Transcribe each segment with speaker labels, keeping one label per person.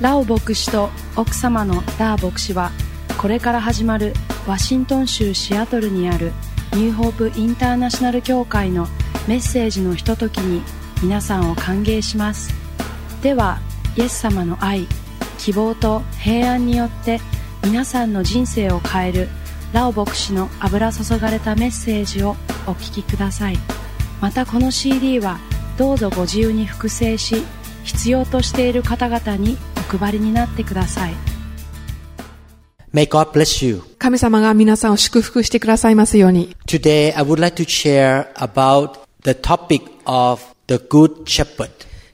Speaker 1: ラオ牧師と奥様のダー牧師はこれから始まるワシントン州シアトルにあるニューホープインターナショナル協会のメッセージのひとときに皆さんを歓迎しますではイエス様の愛希望と平安によって皆さんの人生を変えるラオ牧師の油注がれたメッセージをお聞きくださいまたこの CD はどうぞご自由に複製し必要としている方々にお配りになってください
Speaker 2: May God bless you.
Speaker 3: 神様が皆さんを祝福してくださいますように。
Speaker 2: Today I would like to share about the topic of the good shepherd.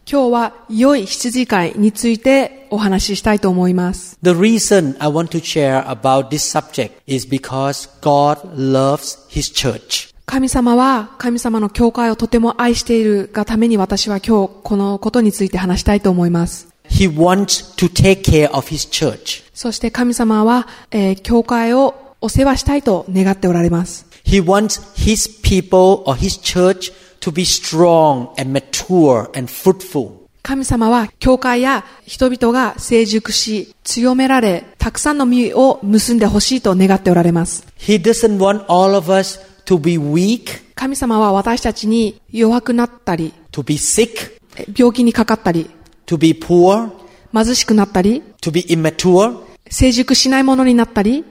Speaker 3: 今日は良い羊飼いについてお話ししたいと思います。
Speaker 2: The reason I want to share about this subject is because God loves his church.
Speaker 3: 神様は神様の教会をとても愛しているがために私は今日このことについて話したいと思います。
Speaker 2: He wants to take care of his church.
Speaker 3: そして神様は、えー教会をお世話したいと願っておられます。
Speaker 2: He wants his people or his church to be strong and mature and fruitful.
Speaker 3: 神様は教会や人々が成熟し、強められ、たくさんの実を結んでほしいと願っておられます。
Speaker 2: He doesn't want all of us to be weak,
Speaker 3: 神様は私たちに弱くなったり、
Speaker 2: to be sick,
Speaker 3: え病気にかかったり、
Speaker 2: to be poor,
Speaker 3: 貧しくなったり、
Speaker 2: to be immature.
Speaker 3: 成熟しないものになったり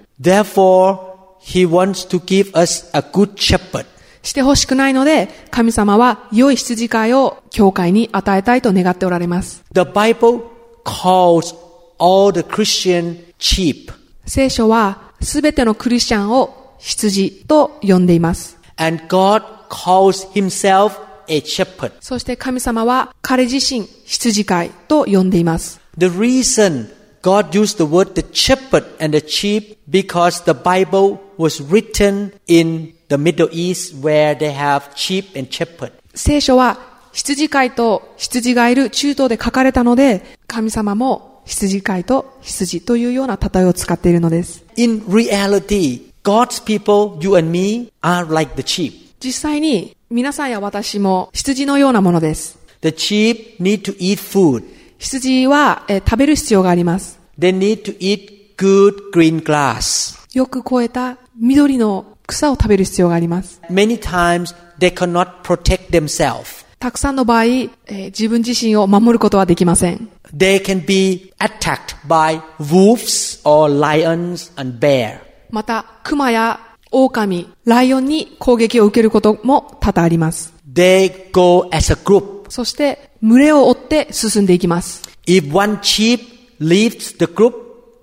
Speaker 2: Therefore, he wants to give us a good shepherd.
Speaker 3: してほしくないので、神様は良い羊飼いを教会に与えたいと願っておられます。
Speaker 2: The Bible calls all the Christian sheep.
Speaker 3: 聖書はすべてのクリスチャンを羊と呼んでいます。
Speaker 2: And God calls himself a shepherd.
Speaker 3: そして神様は彼自身羊飼いと呼んでいます。
Speaker 2: The reason God used the word the shepherd and the sheep because the Bible was written in the Middle East where they have sheep and shepherd.
Speaker 3: 聖書は羊飼いと羊がいる中東で書かれたので、神様も羊飼いと羊というような例えを使っているのです。
Speaker 2: In reality, God's people, you and me, are like the sheep.
Speaker 3: 実際に皆さんや私も羊のようなものです。
Speaker 2: The sheep need to eat food.
Speaker 3: 羊は、えー食べる必要があります。
Speaker 2: They need to eat good green grass.
Speaker 3: よく肥えた緑の草を食べる必要があります。
Speaker 2: Many times they cannot protect themselves.
Speaker 3: たくさんの場合、えー自分自身を守ることはできません。
Speaker 2: They can be attacked by wolves or lions and bear.
Speaker 3: また、熊や狼、ライオンに攻撃を受けることも多々あります。
Speaker 2: They go as a group.
Speaker 3: そして、群れを追って進んでいきます。
Speaker 2: If one sheep leaves the group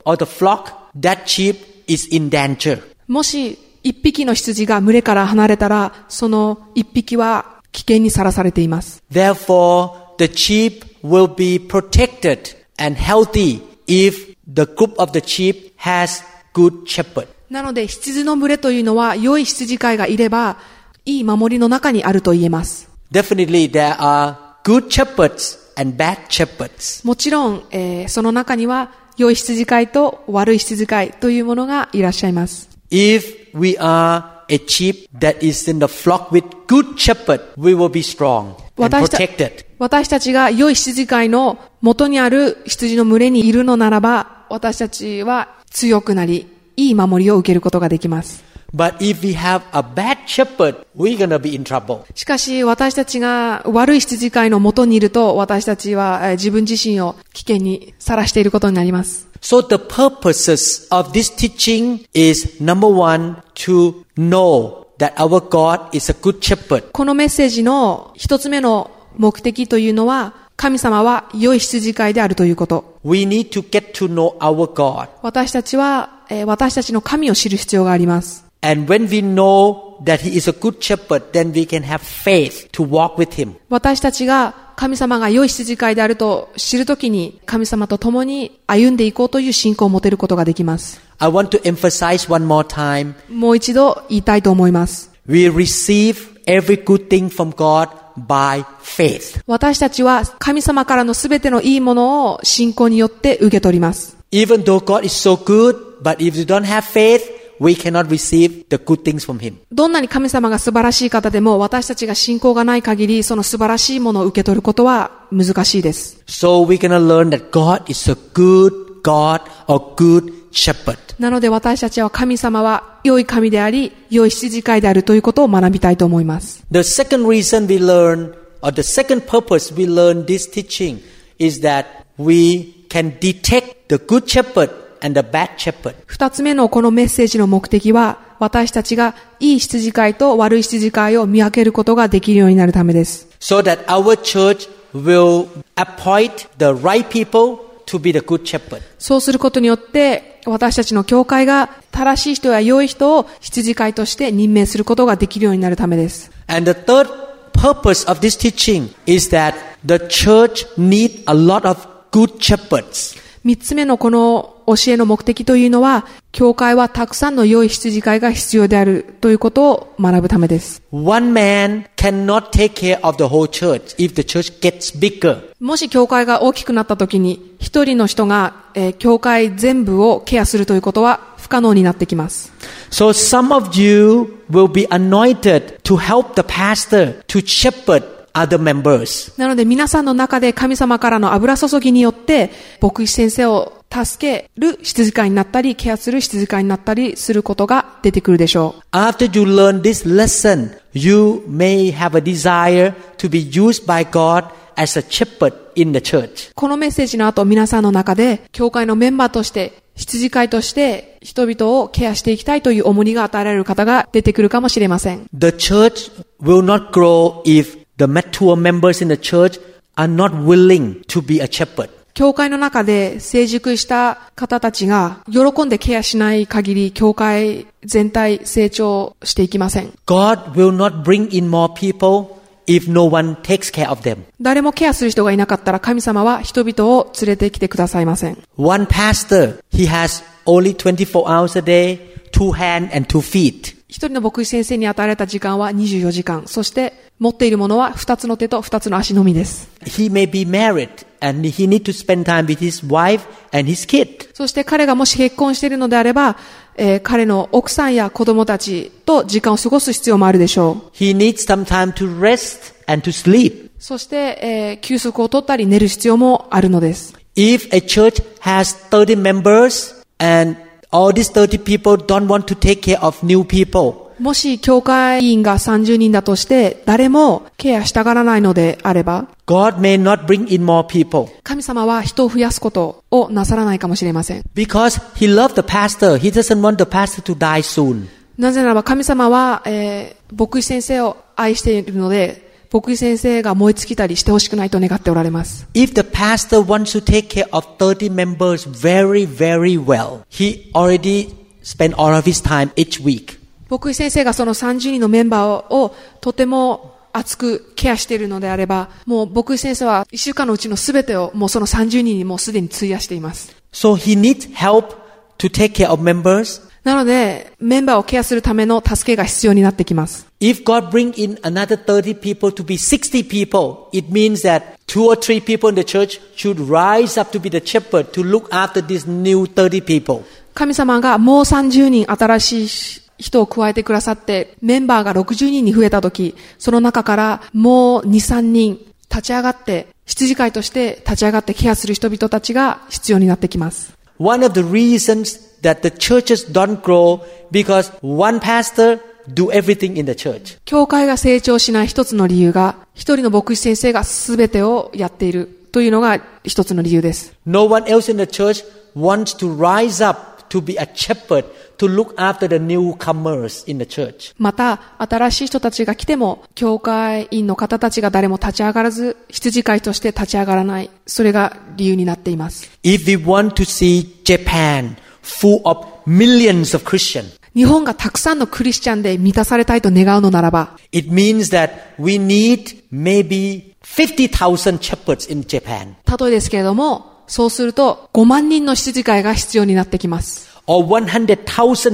Speaker 2: or the flock, that sheep is in danger.
Speaker 3: もし、一匹の羊が群れから離れたら、その一匹は危険にさらされています。
Speaker 2: Therefore, the sheep will be protected and healthy if the group of the sheep has good shepherd.
Speaker 3: なので、羊の群れというのは、良い羊飼いがいれば、いい守りの中にあると言えます。
Speaker 2: Definitely there are good shepherds and bad shepherds.
Speaker 3: もちろん、えーその中には、良い羊飼いと悪い羊飼いというものがいらっしゃいます。
Speaker 2: If we are a sheep that is in the flock with good shepherd, we will be strong and
Speaker 3: 私た
Speaker 2: protected.
Speaker 3: 私たちが良い羊飼いの元にある羊の群れにいるのならば、私たちは強くなり、いい守りを受けることができます。
Speaker 2: But if we have a bad shepherd, we're gonna be in trouble.
Speaker 3: しかし、私たちが悪い羊飼いの元にいると、私たちは、えー自分自身を危険にさらしていることになります。
Speaker 2: So the purposes of this teaching is number one, to know that our God is a good shepherd.
Speaker 3: このメッセージの一つ目の目的というのは、神様は良い羊飼いであるということ。
Speaker 2: We need to get to know our God.
Speaker 3: 私たちは、えー私たちの神を知る必要があります。
Speaker 2: And when we know that He is a good shepherd, then we can have faith to walk with Him.
Speaker 3: 私たちが神様が良い羊飼いであると知るときに、神様と共に歩んでいこうという信仰を持てることができます。
Speaker 2: I want to emphasize one more time.
Speaker 3: もう一度言いたいと思います。
Speaker 2: We receive every good thing from God by faith.
Speaker 3: 私たちは神様からのすべてのいいものを信仰によって受け取ります。
Speaker 2: Even though God is so good, but if you don't have faith, we cannot receive the good things from Him.
Speaker 3: どんなに神様が素晴らしい方でも私たちが信仰がない限りその素晴らしいものを受け取ることは難しいです。
Speaker 2: So we're going to learn that God is a good God, a good shepherd.
Speaker 3: なので私たちは神様は良い神であり、良い羊飼いであるということを学びたいと思います。
Speaker 2: The second reason we learn, or the second purpose we learn this teaching, is that we can detect the good shepherd and the bad shepherd.
Speaker 3: 二つ目のこのメッセージの目的は私たちが良い羊飼いと悪い羊飼いを見分けることができるようになるためです。
Speaker 2: so that our church will appoint the right people to be the good shepherd.
Speaker 3: そうすることによって私たちの教会が正しい人や良い人を羊飼いとして任命することができるようになるためです。
Speaker 2: And the third purpose of this teaching is that the church need a lot of good shepherds.
Speaker 3: 三つ目のこの教えの目的というのは、教会はたくさんの良い羊飼いが必要であるということを学ぶためです。
Speaker 2: One man cannot take care of the whole church if the church gets bigger.
Speaker 3: もし教会が大きくなった時に、一人の人が、えー教会全部をケアするということは不可能になってきます。
Speaker 2: So some of you will be anointed to help the pastor to shepherd other members.
Speaker 3: なので皆さんの中で神様からの油注ぎによって、牧師先生を助ける羊飼いになったり、ケアする羊飼いになったりすることが出てくるでしょう。
Speaker 2: After you learn this lesson, you may have a desire to be used by God as a shepherd in the church.
Speaker 3: このメッセージの後、皆さんの中で、教会のメンバーとして、羊飼いとして、人々をケアしていきたいという重荷が与えられる方が出てくるかもしれません。
Speaker 2: The church will not grow if the mature members in the church are not willing to be a shepherd.
Speaker 3: 教会の中で成熟した方たちが、喜んでケアしない限り、教会全体成長していきません。
Speaker 2: God will not bring in more people if no one takes care of them.
Speaker 3: 誰もケアする人がいなかったら、神様は人々を連れてきてくださいません。
Speaker 2: One pastor, he has only 24 hours a day, two hands and two feet.
Speaker 3: 一人の牧師先生に与えられた時間は24時間。そして、持っているものは二つの手と二つの足のみです。
Speaker 2: He may be married and he need to spend time with his wife and his kid.
Speaker 3: そして彼がもし結婚しているのであれば、えー彼の奥さんや子供たちと時間を過ごす必要もあるでしょう。
Speaker 2: He needs some time to rest and to sleep.
Speaker 3: そして、えー休息を取ったり寝る必要もあるのです。
Speaker 2: If a church has 30 members and all these 30 people don't want to take care of new people,
Speaker 3: もし教会員が30人だとして、誰もケアしたがらないのであれば、
Speaker 2: God may not bring in more people.
Speaker 3: 神様は人を増やすことをなさらないかもしれません。
Speaker 2: Because he loves the pastor, he doesn't want the pastor to die soon.
Speaker 3: なぜならば神様は、えー牧師先生を愛しているので、牧師先生が燃え尽きたりしてほしくないと願っておられます。
Speaker 2: If the pastor wants to take care of 30 members very, very well, he already spent all of his time each week.
Speaker 3: 牧師先生がその30人のメンバーをとても熱くケアしているのであれば、もう牧師先生は1週間のうちの全てをもうその30人にもうすでに費やしています。
Speaker 2: So he needs help to take care of members.
Speaker 3: なので、メンバーをケアするための助けが必要になってきます。
Speaker 2: If God bring in another 30 people to be 60 people, it means that two or three people in the church should rise up to be the shepherd to look after these new 30 people.
Speaker 3: 神様がもう30人新しい人を加えてくださって、メンバーが60人に増えたとき、その中からもう2、3人立ち上がって、羊飼いとして立ち上がってケアする人々たちが必要になってきます。
Speaker 2: One of the reasons that the churches don't grow because one pastor do everything in the church.
Speaker 3: 教会が成長しない一つの理由が、一人の牧師先生が全てをやっているというのが一つの理由です。
Speaker 2: No one else in the church wants to rise up to be a shepherd to look after the newcomers in the church.
Speaker 3: また、新しい人たちが来ても、教会員の方たちが誰も立ち上がらず、羊飼いとして立ち上がらない。それが理由になっています。
Speaker 2: If we want to see Japan full of millions of Christians,
Speaker 3: 日本がたくさんのクリスチャンで満たされたいと願うのならば、
Speaker 2: it means that we need maybe 50,000 shepherds in Japan
Speaker 3: 例えですけれども、そうすると5万人の羊飼いが必要になってきます。
Speaker 2: or 100,000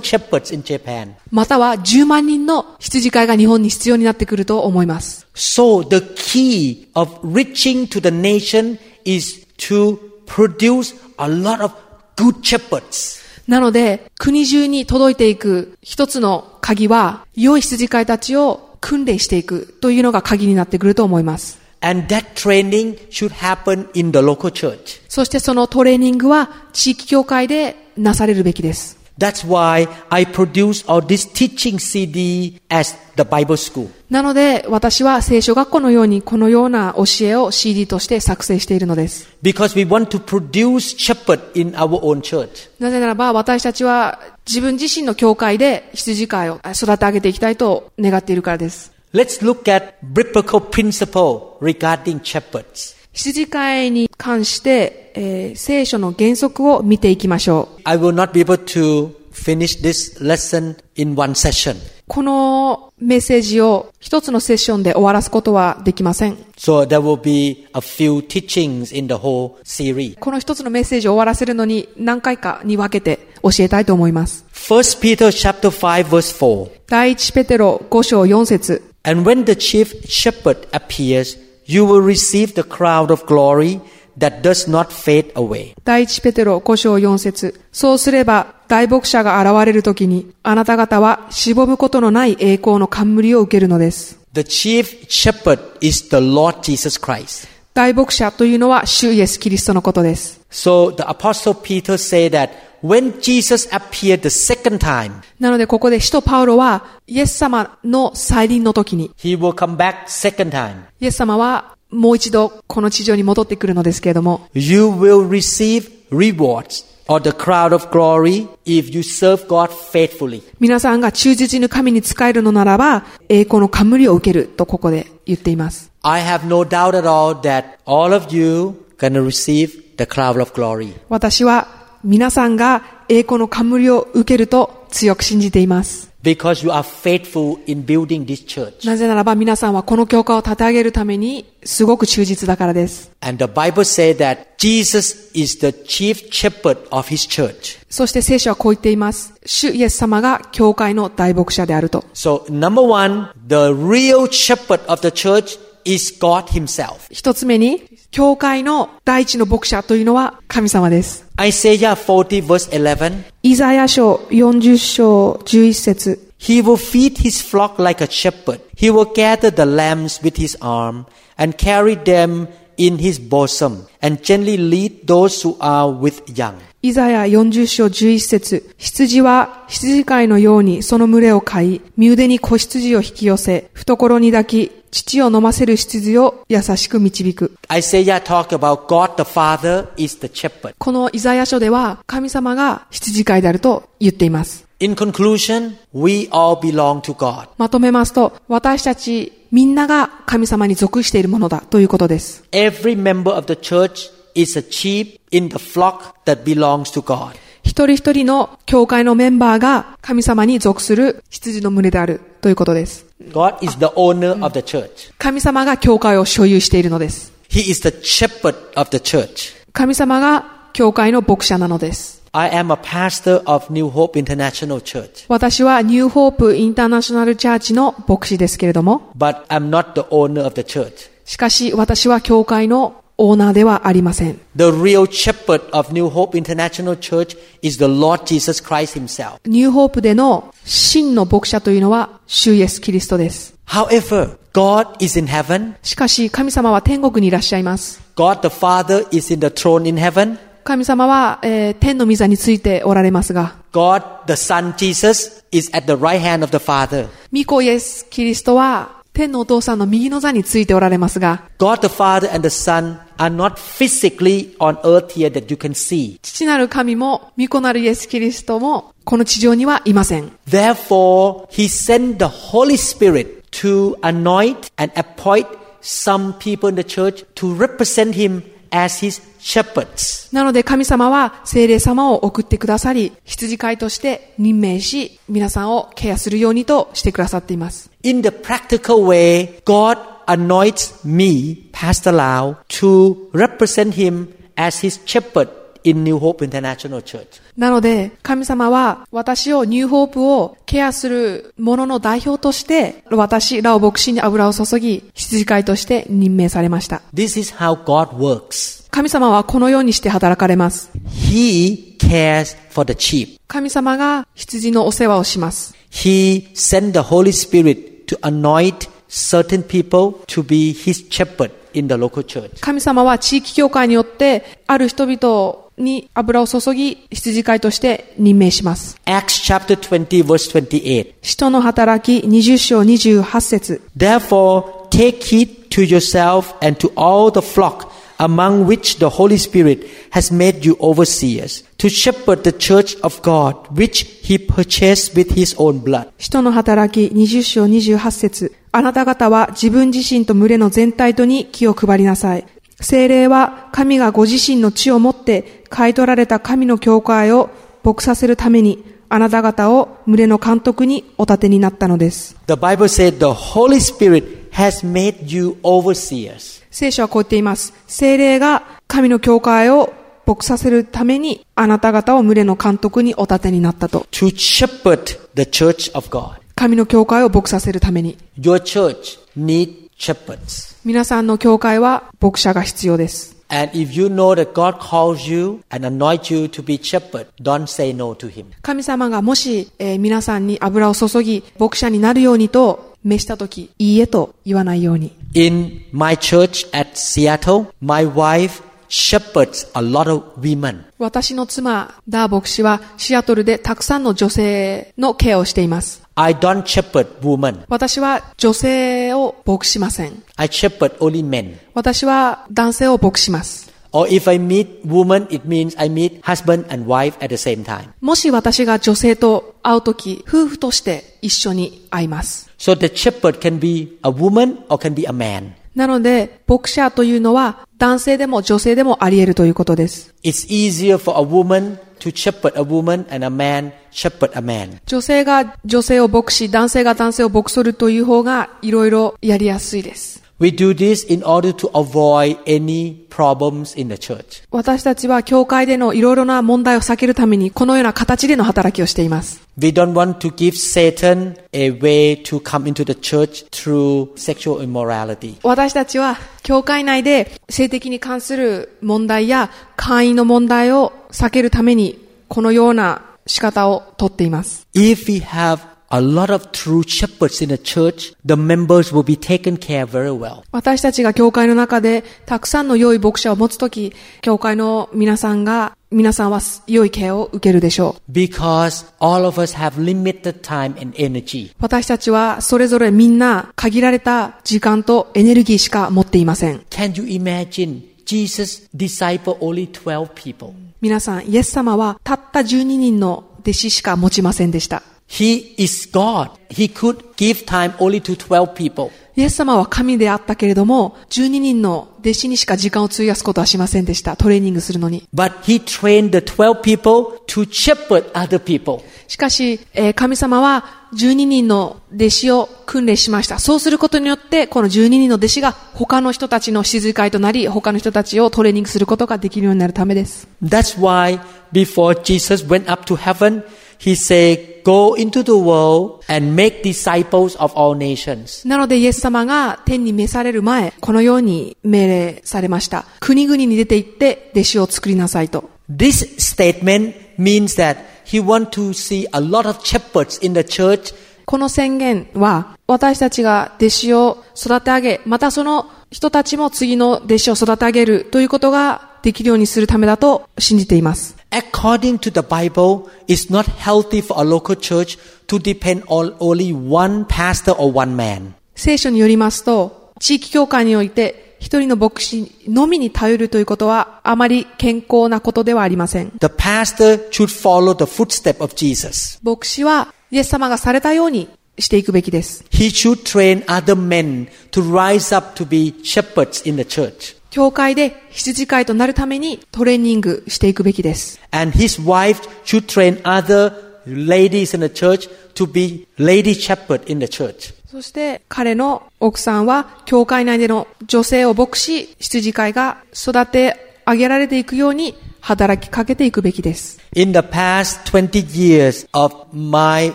Speaker 2: shepherds in Japan.
Speaker 3: または10万人の羊飼いが日本に必要になってくると思います。
Speaker 2: So the key of reaching to the nation is to produce a lot of good shepherds.
Speaker 3: なので、国中に届いていく一つの鍵は、良い羊飼いたちを訓練していくというのが鍵になってくると思います。
Speaker 2: And that training should happen in the local church.
Speaker 3: そしてそのトレーニングは地域協会でなされるべきです。
Speaker 2: That's why I produce all this teaching CD as the Bible school.
Speaker 3: なので私は聖書学校のようにこのような教えを CD として作成しているのです。
Speaker 2: Because we want to produce shepherd in our own church.
Speaker 3: なぜならば私たちは自分自身の教会で羊飼いを育て上げていきたいと願っているからです。
Speaker 2: Let's look at biblical principle regarding shepherds.
Speaker 3: 羊飼いに関して、えー聖書の原則を見ていきましょう。
Speaker 2: I will not be able to finish this lesson in one session.
Speaker 3: このメッセージを一つのセッションで終わらすことはできません。
Speaker 2: So there will be a few teachings in the whole series.
Speaker 3: この一つのメッセージを終わらせるのに何回かに分けて教えたいと思います。
Speaker 2: First Peter chapter 5 verse 4.
Speaker 3: 第一ペテロ5章4節
Speaker 2: And when the chief shepherd appears, you will receive the crown of glory that does not fade away.
Speaker 3: 第一ペテロ5章4節そうすれば、大牧者が現れるときに、あなた方はしぼむことのない栄光の冠を受けるのです。
Speaker 2: The chief shepherd is the Lord Jesus Christ.
Speaker 3: 大牧者というのは、主イエス・キリストのことです。
Speaker 2: So the apostle Peter said that when Jesus appeared the second time,
Speaker 3: なので、ここで使徒パウロは、イエス様の再臨の時に、
Speaker 2: he will come back second time.
Speaker 3: イエス様はもう一度この地上に戻ってくるのですけれども、
Speaker 2: You will receive rewards or the crown of glory if you serve God faithfully.
Speaker 3: 皆さんが忠実に神に仕えるのならば、栄光の冠を受けるとここで言っています。
Speaker 2: I have no doubt at all that all of you gonna receive the crown of glory.
Speaker 3: 私は皆さんが栄光の冠を受けると強く信じています。
Speaker 2: Because you are faithful in building this church.
Speaker 3: なぜならば皆さんはこの教会を立て上げるためにすごく忠実だからです。
Speaker 2: And the Bible says that Jesus is the chief shepherd of his church.
Speaker 3: そして聖書はこう言っています。主イエス様が教会の大牧者であると。
Speaker 2: So number one, the real shepherd of the church is God himself.
Speaker 3: 一つ目に、教会の第一の牧者というのは神様です。
Speaker 2: Isaiah 40 verse 11,
Speaker 3: イザヤ書40章11節
Speaker 2: He will feed his flock like a shepherd. He will gather the lambs with his arm and carry them in his bosom and gently lead those who are with young.
Speaker 3: イザヤ40章11節羊は羊飼いのようにその群れを飼い、身腕に子羊を引き寄せ、懐に抱き、乳を飲ませる羊を優しく導く。
Speaker 2: Isaiah talked about God the Father is the shepherd.
Speaker 3: このイザヤ書では神様が羊飼いであると言っています。
Speaker 2: In conclusion, we all belong to God.
Speaker 3: まとめますと、私たちみんなが神様に属しているものだということです。
Speaker 2: Every member of the church is a sheep in the flock that belongs to God.
Speaker 3: 一人一人の教会のメンバーが神様に属する羊の群れであるということです。
Speaker 2: God is the owner of the church.
Speaker 3: 神様が教会を所有しているのです。
Speaker 2: He is the shepherd of the church.
Speaker 3: 神様が教会の牧者なのです。
Speaker 2: I am a pastor of New Hope International Church,
Speaker 3: 私はニューホープインターナショナルチャーチの牧師ですけれども、
Speaker 2: but I'm not the owner of the church.
Speaker 3: しかし私は教会のオーナーではありません。
Speaker 2: The real shepherd of New Hope International Church is the Lord Jesus Christ himself.
Speaker 3: ニューホープでの真の牧者というのは、主イエス・キリストです。
Speaker 2: However, God is in heaven.
Speaker 3: しかし神様は天国にいらっしゃいます。
Speaker 2: God the Father is in the throne in heaven.
Speaker 3: 神様は、えー天の御座についておられますが、
Speaker 2: God the Son Jesus is at the right hand of the Father.
Speaker 3: 御子イエス・キリストは、天のお父さんの右の座についておられますが、
Speaker 2: God the Father and the Son are not physically on earth here that you can see.
Speaker 3: 父なる神も、御子なるイエス・キリストも、この地上にはいません。
Speaker 2: Therefore, He sent the Holy Spirit to anoint and appoint some people in the church to represent Him as His shepherds.
Speaker 3: なので神様は聖霊様を送ってくださり、羊飼いとして任命し、皆さんをケアするようにとしてくださっています。
Speaker 2: In the practical way, God anoints me, Pastor Lau, to represent Him as His shepherd in New Hope International Church.
Speaker 3: なので神様は私をニューホープをケアする者の代表として、私、ラオ牧師に油を注ぎ、羊飼いとして任命されました。
Speaker 2: This is how God works.
Speaker 3: 神様はこのようにして働かれます。
Speaker 2: He cares for the sheep.
Speaker 3: 神様が羊のお世話をします。
Speaker 2: He sent the Holy Spirit to anoint certain people to be his shepherd in the local church.
Speaker 3: 神様は地域教会によって、ある人々に油を注ぎ、羊飼いとして任命します。
Speaker 2: Acts chapter 20 verse 28.
Speaker 3: 使徒の働き20章28節
Speaker 2: Therefore, take heed to yourself and to all the flock among which the Holy Spirit has made you overseers, to shepherd the church of God, which he purchased with his own blood.
Speaker 3: 使徒の働き20章28節あなた方は自分自身と群れの全体とに気を配りなさい。精霊は神がご自身の地を持って買い取られた神の教会を牧させるために、あなた方を群れの監督にお立てになったのです。
Speaker 2: The Bible said the Holy Spirit has made you overseers.
Speaker 3: 聖書はこう言っています。精霊が神の教会を牧させるために、あなた方を群れの監督にお立てになったと。
Speaker 2: To shepherd the church of God.
Speaker 3: 神の教会を牧させるために。
Speaker 2: Your church need shepherds.
Speaker 3: 皆さんの教会は牧者が必要です。
Speaker 2: And if you know that God calls you and anoints you to be shepherd, don't say no to him.
Speaker 3: 神様がもし、えー皆さんに油を注ぎ、牧者になるようにと、召したとき、いいえと言わないように。
Speaker 2: In my church at Seattle, my wife shepherds a lot of women.
Speaker 3: 私の妻、ダー牧師は、シアトルでたくさんの女性のケアをしています。
Speaker 2: I don't shepherd women.
Speaker 3: 私は女性を牧しません。
Speaker 2: I shepherd only men.
Speaker 3: 私は男性を牧します。
Speaker 2: Or if I meet woman, it means I meet husband and wife at the same time.
Speaker 3: もし私が女性と会うとき、夫婦として一緒に会います。
Speaker 2: So the shepherd can be a woman or can be a man.
Speaker 3: なので、牧者というのは男性でも女性でもあり得るということです。
Speaker 2: It's easier for a woman to shepherd a woman and a man shepherd a man.
Speaker 3: 女性が女性を牧し、男性が男性を牧するという方がいろいろやりやすいです。
Speaker 2: We do this in order to avoid any problems in the church.
Speaker 3: 私たちは教会でのいろいろな問題を避けるためにこのような形での働きをしています。
Speaker 2: We don't want to give Satan a way to come into the church through sexual immorality.
Speaker 3: 私たちは教会内で性的に関する問題や会員の問題を避けるためにこのような仕方をとっています。
Speaker 2: If we have a lot of true shepherds in the church, the members will be taken care very well.
Speaker 3: 私たちが教会の中でたくさんの良い牧者を持つとき、教会の皆さんが、皆さんは良いケアを受けるでしょう。
Speaker 2: Because all of us have limited time and energy.
Speaker 3: 私たちはそれぞれみんな限られた時間とエネルギーしか持っていません。
Speaker 2: Can you imagine Jesus disciple only 12 people?
Speaker 3: 皆さん、イエス様はたった12人の弟子しか持ちませんでした。
Speaker 2: He is God. He could give time only to 12 people.
Speaker 3: イエス様は神であったけれども、12人の弟子にしか時間を費やすことはしませんでした。トレーニングするのに。
Speaker 2: But he trained the 12 people to shepherd other people.
Speaker 3: しかし、えー神様は12人の弟子を訓練しました。そうすることによって、この12人の弟子が他の人たちの静会となり、他の人たちをトレーニングすることができるようになるためです。
Speaker 2: That's why before Jesus went up to heaven, he said, Go into the world and make disciples of all nations.
Speaker 3: なのでイエス様が天に召される前、このように命令されました。国々に出て行って弟子を作りなさいと。
Speaker 2: This statement means that he wants to see a lot of shepherds in the church
Speaker 3: この宣言は、私たちが弟子を育て上げ、またその人たちも次の弟子を育て上げるということができるようにするためだと信じています。
Speaker 2: According to the Bible, it's not healthy for a local church to depend on only one pastor or one man.
Speaker 3: 聖書によりますと、地域教会において、一人の牧師のみに頼るということは、あまり健康なことではありません。
Speaker 2: The pastor should follow the footstep of Jesus.
Speaker 3: 牧師は、イエス様がされたようにしていくべきです。
Speaker 2: He should train other men to rise up to be shepherds in the church.
Speaker 3: 教会で羊飼いとなるためにトレーニングしていくべきです。
Speaker 2: And his wife should train other ladies in the church to be lady shepherd in the church.
Speaker 3: そして、彼の奥さんは、教会内での女性を牧師、羊飼いが育て上げられていくように、働きかけていくべきです。
Speaker 2: In the past 20 years of my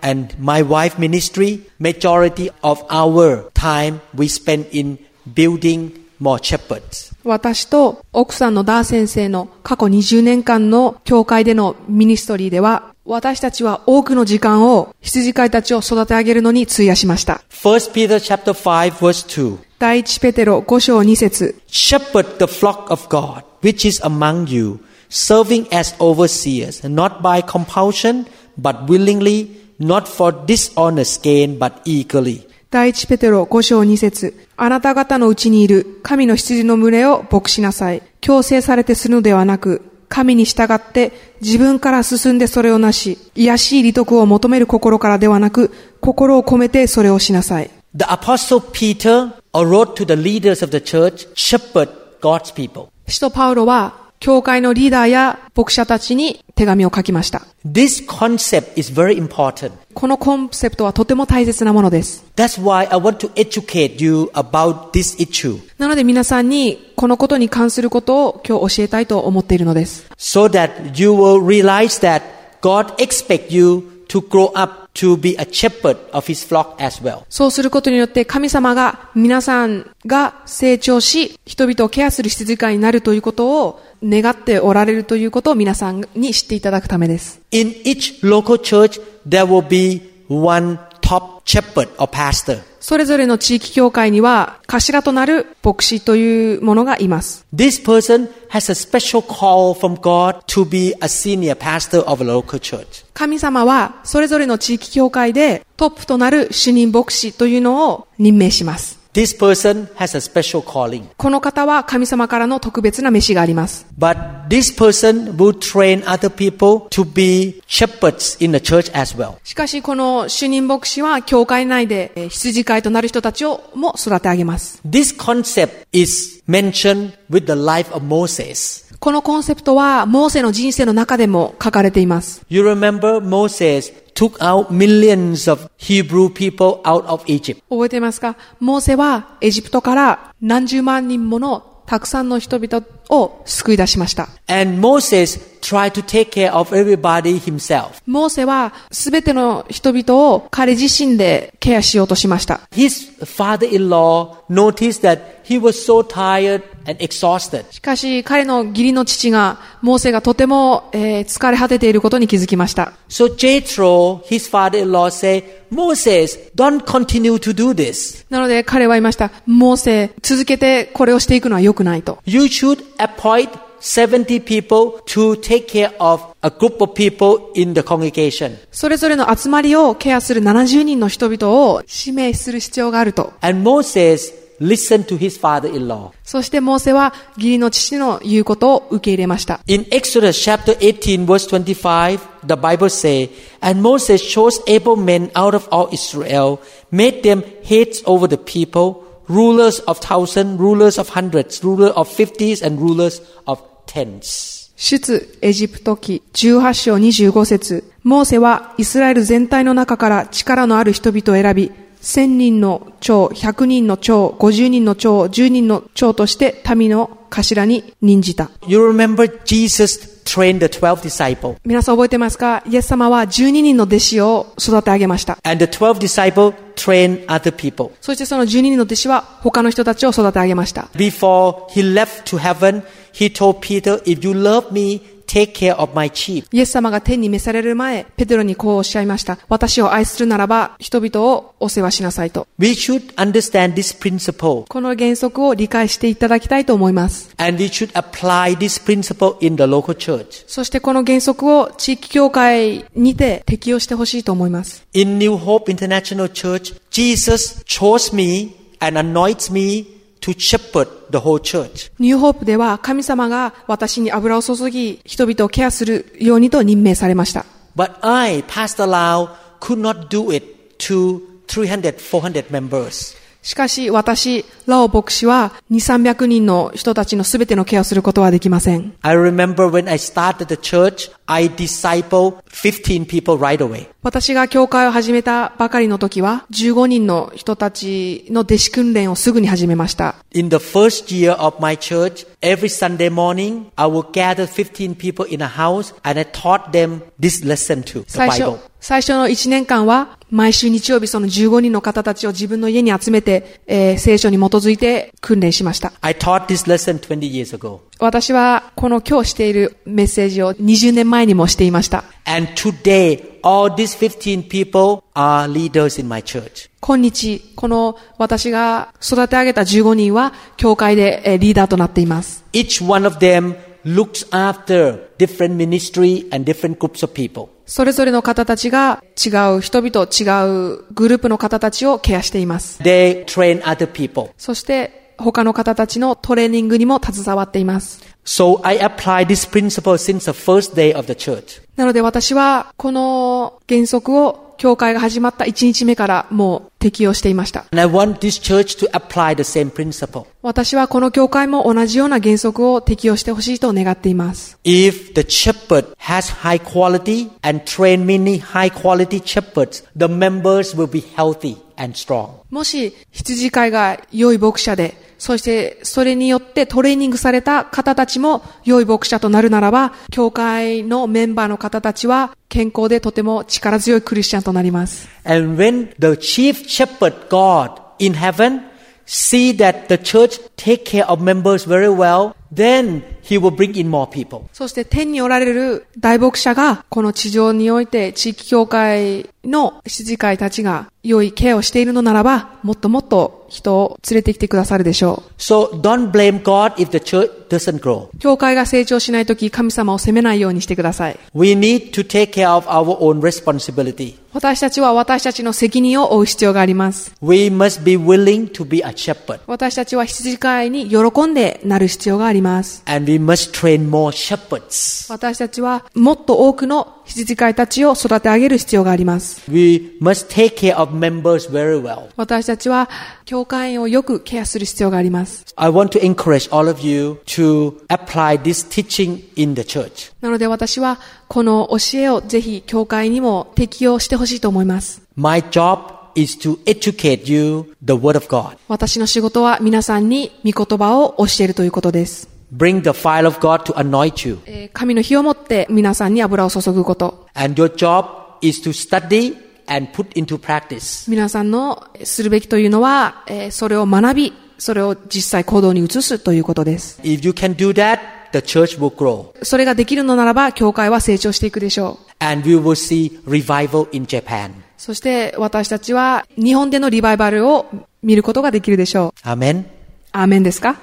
Speaker 2: and my wife ministry, majority of our time we spent in building more shepherds.
Speaker 3: 私と奥さんのダー先生の過去20年間の教会でのミニストリーでは、私たちは多くの時間を羊飼いたちを育て上げるのに費やしました。
Speaker 2: First Peter chapter 5 verse 2.
Speaker 3: 第一ペテロ5章2節
Speaker 2: Shepherd the flock of God which is among you, serving as overseers, not by compulsion, but willingly, not for dishonest gain, but eagerly.
Speaker 3: 第一ペテロ5章2節あなた方のうちにいる神の羊の群れを牧しなさい。強制されてするのではなく、神に従って自分から進んでそれをなし、癒しい利得を求める心からではなく、心を込めてそれをしなさい。
Speaker 2: The apostle Peter wrote to the leaders of the church, shepherd God's people.
Speaker 3: 使徒パウロは、教会のリーダーや牧者たちに手紙を書きました。
Speaker 2: This concept is very important.
Speaker 3: このコンセプトはとても大切なものです。
Speaker 2: That's why I want to educate you about this issue
Speaker 3: なので皆さんにこのことに関することを今日教えたいと思っているのです。
Speaker 2: so that you will realize that God expects you to grow up to be a shepherd of his flock as well.
Speaker 3: そうすることによって神様が皆さんが成長し、人々をケアする羊飼いになるということを願っておられるということを皆さんに知っていただくためです。
Speaker 2: In each local church, there will be one top shepherd or pastor.
Speaker 3: それぞれの地域教会には頭となる牧師というものがいます。
Speaker 2: This person has a special call from God to be a senior pastor of a local church.
Speaker 3: 神様はそれぞれの地域教会でトップとなる主任牧師というのを任命します。
Speaker 2: This person has a special calling,
Speaker 3: この方は神様からの特別な飯があります。
Speaker 2: but this person will train other people to be shepherds in the church as well.
Speaker 3: しかしこの主任牧師は教会内でえー羊飼いとなる人たちをも育て上げます。
Speaker 2: This concept is mentioned with the life of Moses.
Speaker 3: このコンセプトはモーセの人生の中でも書かれています。
Speaker 2: You remember Moses took out millions of Hebrew people out of Egypt.
Speaker 3: 覚えていますかモーセはエジプトから何十万人ものたくさんの人々を救い出しました。
Speaker 2: And Moses tried to take care of everybody himself.
Speaker 3: モーセはすべての人々を彼自身でケアしようとしました。
Speaker 2: His father-in-law noticed that he was so tired and exhausted.
Speaker 3: しかし彼の義理の父が、モーセがとても、えー疲れ果てていることに気づきました。
Speaker 2: So Jethro, his father-in-law, said, Moses, don't continue to do this.
Speaker 3: なので彼は言いました。モーセ、続けてこれをしていくのは良くないと。
Speaker 2: You should appoint 70 people to take care of a group of people in the congregation.
Speaker 3: それぞれの集まりをケアする70人の人々を指名する必要があると。
Speaker 2: And Moses listened to his father in law.
Speaker 3: そしてモーセは義理の父の言うことを受け入れました。
Speaker 2: In Exodus chapter 18, verse 25, the Bible says, And Moses chose able men out of all Israel, made them heads over the people, rulers of thousands, rulers of hundreds, rulers of fifties, and rulers of tens.
Speaker 3: 出エジプト記18章25節モーセはイスラエル全体の中から力のある人々を選び、1000人の長、100人の長、50人の長、10人の長として民の頭に任じた。
Speaker 2: You remember Jesus trained the 12 disciples,
Speaker 3: 皆さん覚えてますかイエス様は12人の弟子を育て上げました。
Speaker 2: and the 12 disciples trained other people.
Speaker 3: そしてその12人の弟子は他の人たちを育て上げました。
Speaker 2: Before he left to heaven, he told Peter, If you love me, take care of my sheep.
Speaker 3: イエス様が天に召される前、ペテロにこうおっしゃいました。私を愛するならば、人々をお世話しなさいと。
Speaker 2: We should understand this principle
Speaker 3: この原則を理解していただきたいと思います。
Speaker 2: and we should apply this principle in the local church.
Speaker 3: そしてこの原則を地域協会にて適用してほしいと思います。
Speaker 2: In New Hope International Church, Jesus chose me and anoints me to shepherd the whole church.
Speaker 3: ニューホープでは神様が私に油を注ぎ、人々をケアするようにと任命されました。
Speaker 2: But I, Pastor Lau, could not do it to 300, 400 members.
Speaker 3: しかし私、ラオ牧師は2、300人の人たちの全てのケアをすることはできません。
Speaker 2: I remember when I started the church, I discipled 15 people right away.
Speaker 3: 私が教会を始めたばかりの時は、15人の人たちの弟子訓練をすぐに始めました。
Speaker 2: In the first year of my church, every Sunday morning, I would gather 15 people in a house and I taught them this lesson too, the
Speaker 3: 最初
Speaker 2: Bible.、
Speaker 3: 最初の1年間は、毎週日曜日その15人の方たちを自分の家に集めて、えー聖書に基づいて訓練しました。
Speaker 2: I taught this lesson 20 years ago.
Speaker 3: 私はこの今日しているメッセージを20年前にもしていました。
Speaker 2: And today, all these 15 people are leaders in my church.
Speaker 3: 今日、この私が育て上げた15人は、教会でえーリーダーとなっています。
Speaker 2: Each one of them looks after different ministry and different groups of people.
Speaker 3: それぞれの方たちが違う人々、違うグループの方たちをケアしています。
Speaker 2: They train other people.
Speaker 3: そして、他の方たちのトレーニングにも携わっています。
Speaker 2: So I apply this principle since the first day of the church.
Speaker 3: なので私は、この原則を、教会が始まった1日目からもう適用していました。
Speaker 2: And I want this church to apply the same principle.
Speaker 3: 私はこの教会も同じような原則を適用してほしいと願っています。
Speaker 2: If the shepherd has high quality and train many high quality shepherds, the members will be healthy and strong.
Speaker 3: もし、羊飼いが良い牧者で、そして、それによってトレーニングされた方たちも良い牧者となるならば、教会のメンバーの方たちは健康でとても力強いクリスチャンとなります。
Speaker 2: And when the chief shepherd God in heaven see that the church take care of members very well, then he will bring in more people.
Speaker 3: そして天におられる大牧者が、この地上において地域教会の羊飼いたちが良いケアをしているのならば、もっともっと人を連れてきてくださるでしょう。
Speaker 2: So don't blame God if the church doesn't grow.
Speaker 3: 教会が成長しないとき、神様を責めないようにしてください。
Speaker 2: We need to take care of our own responsibility.
Speaker 3: 私たちは私たちの責任を負う必要があります。
Speaker 2: We must be willing to be a shepherd.
Speaker 3: 私たちは羊飼いに喜んでなる必要があります。
Speaker 2: And we must train more shepherds.
Speaker 3: 私たちはもっと多くの羊飼いたちを育て上げる必要があります。
Speaker 2: We must take care of members very well.
Speaker 3: 私たちは教会員をよくケアする必要があります。
Speaker 2: I want to encourage all of you to apply this teaching in the church.
Speaker 3: なので私はこの教えをぜひ教会にも適用してほしいと思います。
Speaker 2: My job is to educate you the word of God.
Speaker 3: 私の仕事は皆さんに御言葉を教えるということです。
Speaker 2: Bring the fire of God to anoint you.
Speaker 3: えー神の火を持って皆さんに油を注ぐこと。
Speaker 2: And your job is to study and put into practice.
Speaker 3: 皆さんのするべきというのは、えーそれを学び、それを実際行動に移すということです。
Speaker 2: If you can do that, the church will grow
Speaker 3: それができるのならば、教会は成長していくでしょう。
Speaker 2: and we will see revival in Japan.
Speaker 3: そして私たちは日本でのリバイバルを見ることができるでしょう。
Speaker 2: Amen.
Speaker 3: アーメンですか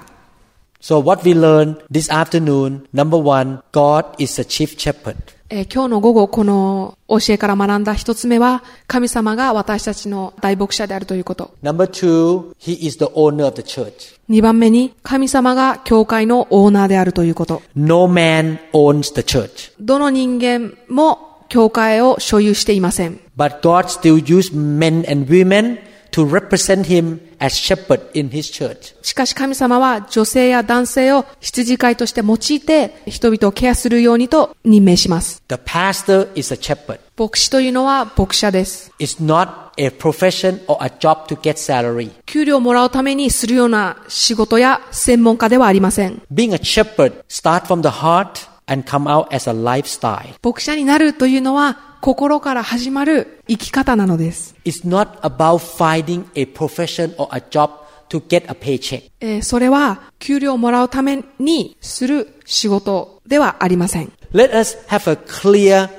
Speaker 2: So what we learned this afternoon, number one, God is the chief shepherd.
Speaker 3: えー今日の午後、この教えから学んだ一つ目は、神様が私たちの大牧者であるということ。
Speaker 2: Number two, he is the owner of the church.
Speaker 3: 二番目に、神様が教会のオーナーであるということ。
Speaker 2: No man owns the church,
Speaker 3: どの人間も教会を所有していません。
Speaker 2: but God still used men and women to represent him as shepherd in his church.
Speaker 3: しかし神様は女性や男性を羊飼いとして用いて人々をケアするようにと任命します。
Speaker 2: The pastor is a shepherd.
Speaker 3: 牧師というのは牧者です。
Speaker 2: It's not a profession or a job to get salary.
Speaker 3: 給料をもらうためにするような仕事や専門家ではありません。
Speaker 2: Being a shepherd start from the heart and come out as a lifestyle.
Speaker 3: 牧者になるというのは心から始まる生き方なのです。
Speaker 2: It's not about finding a profession or a job to get a paycheck.
Speaker 3: えーそれは給料をもらうためにする仕事ではありません。
Speaker 2: Let us have a clear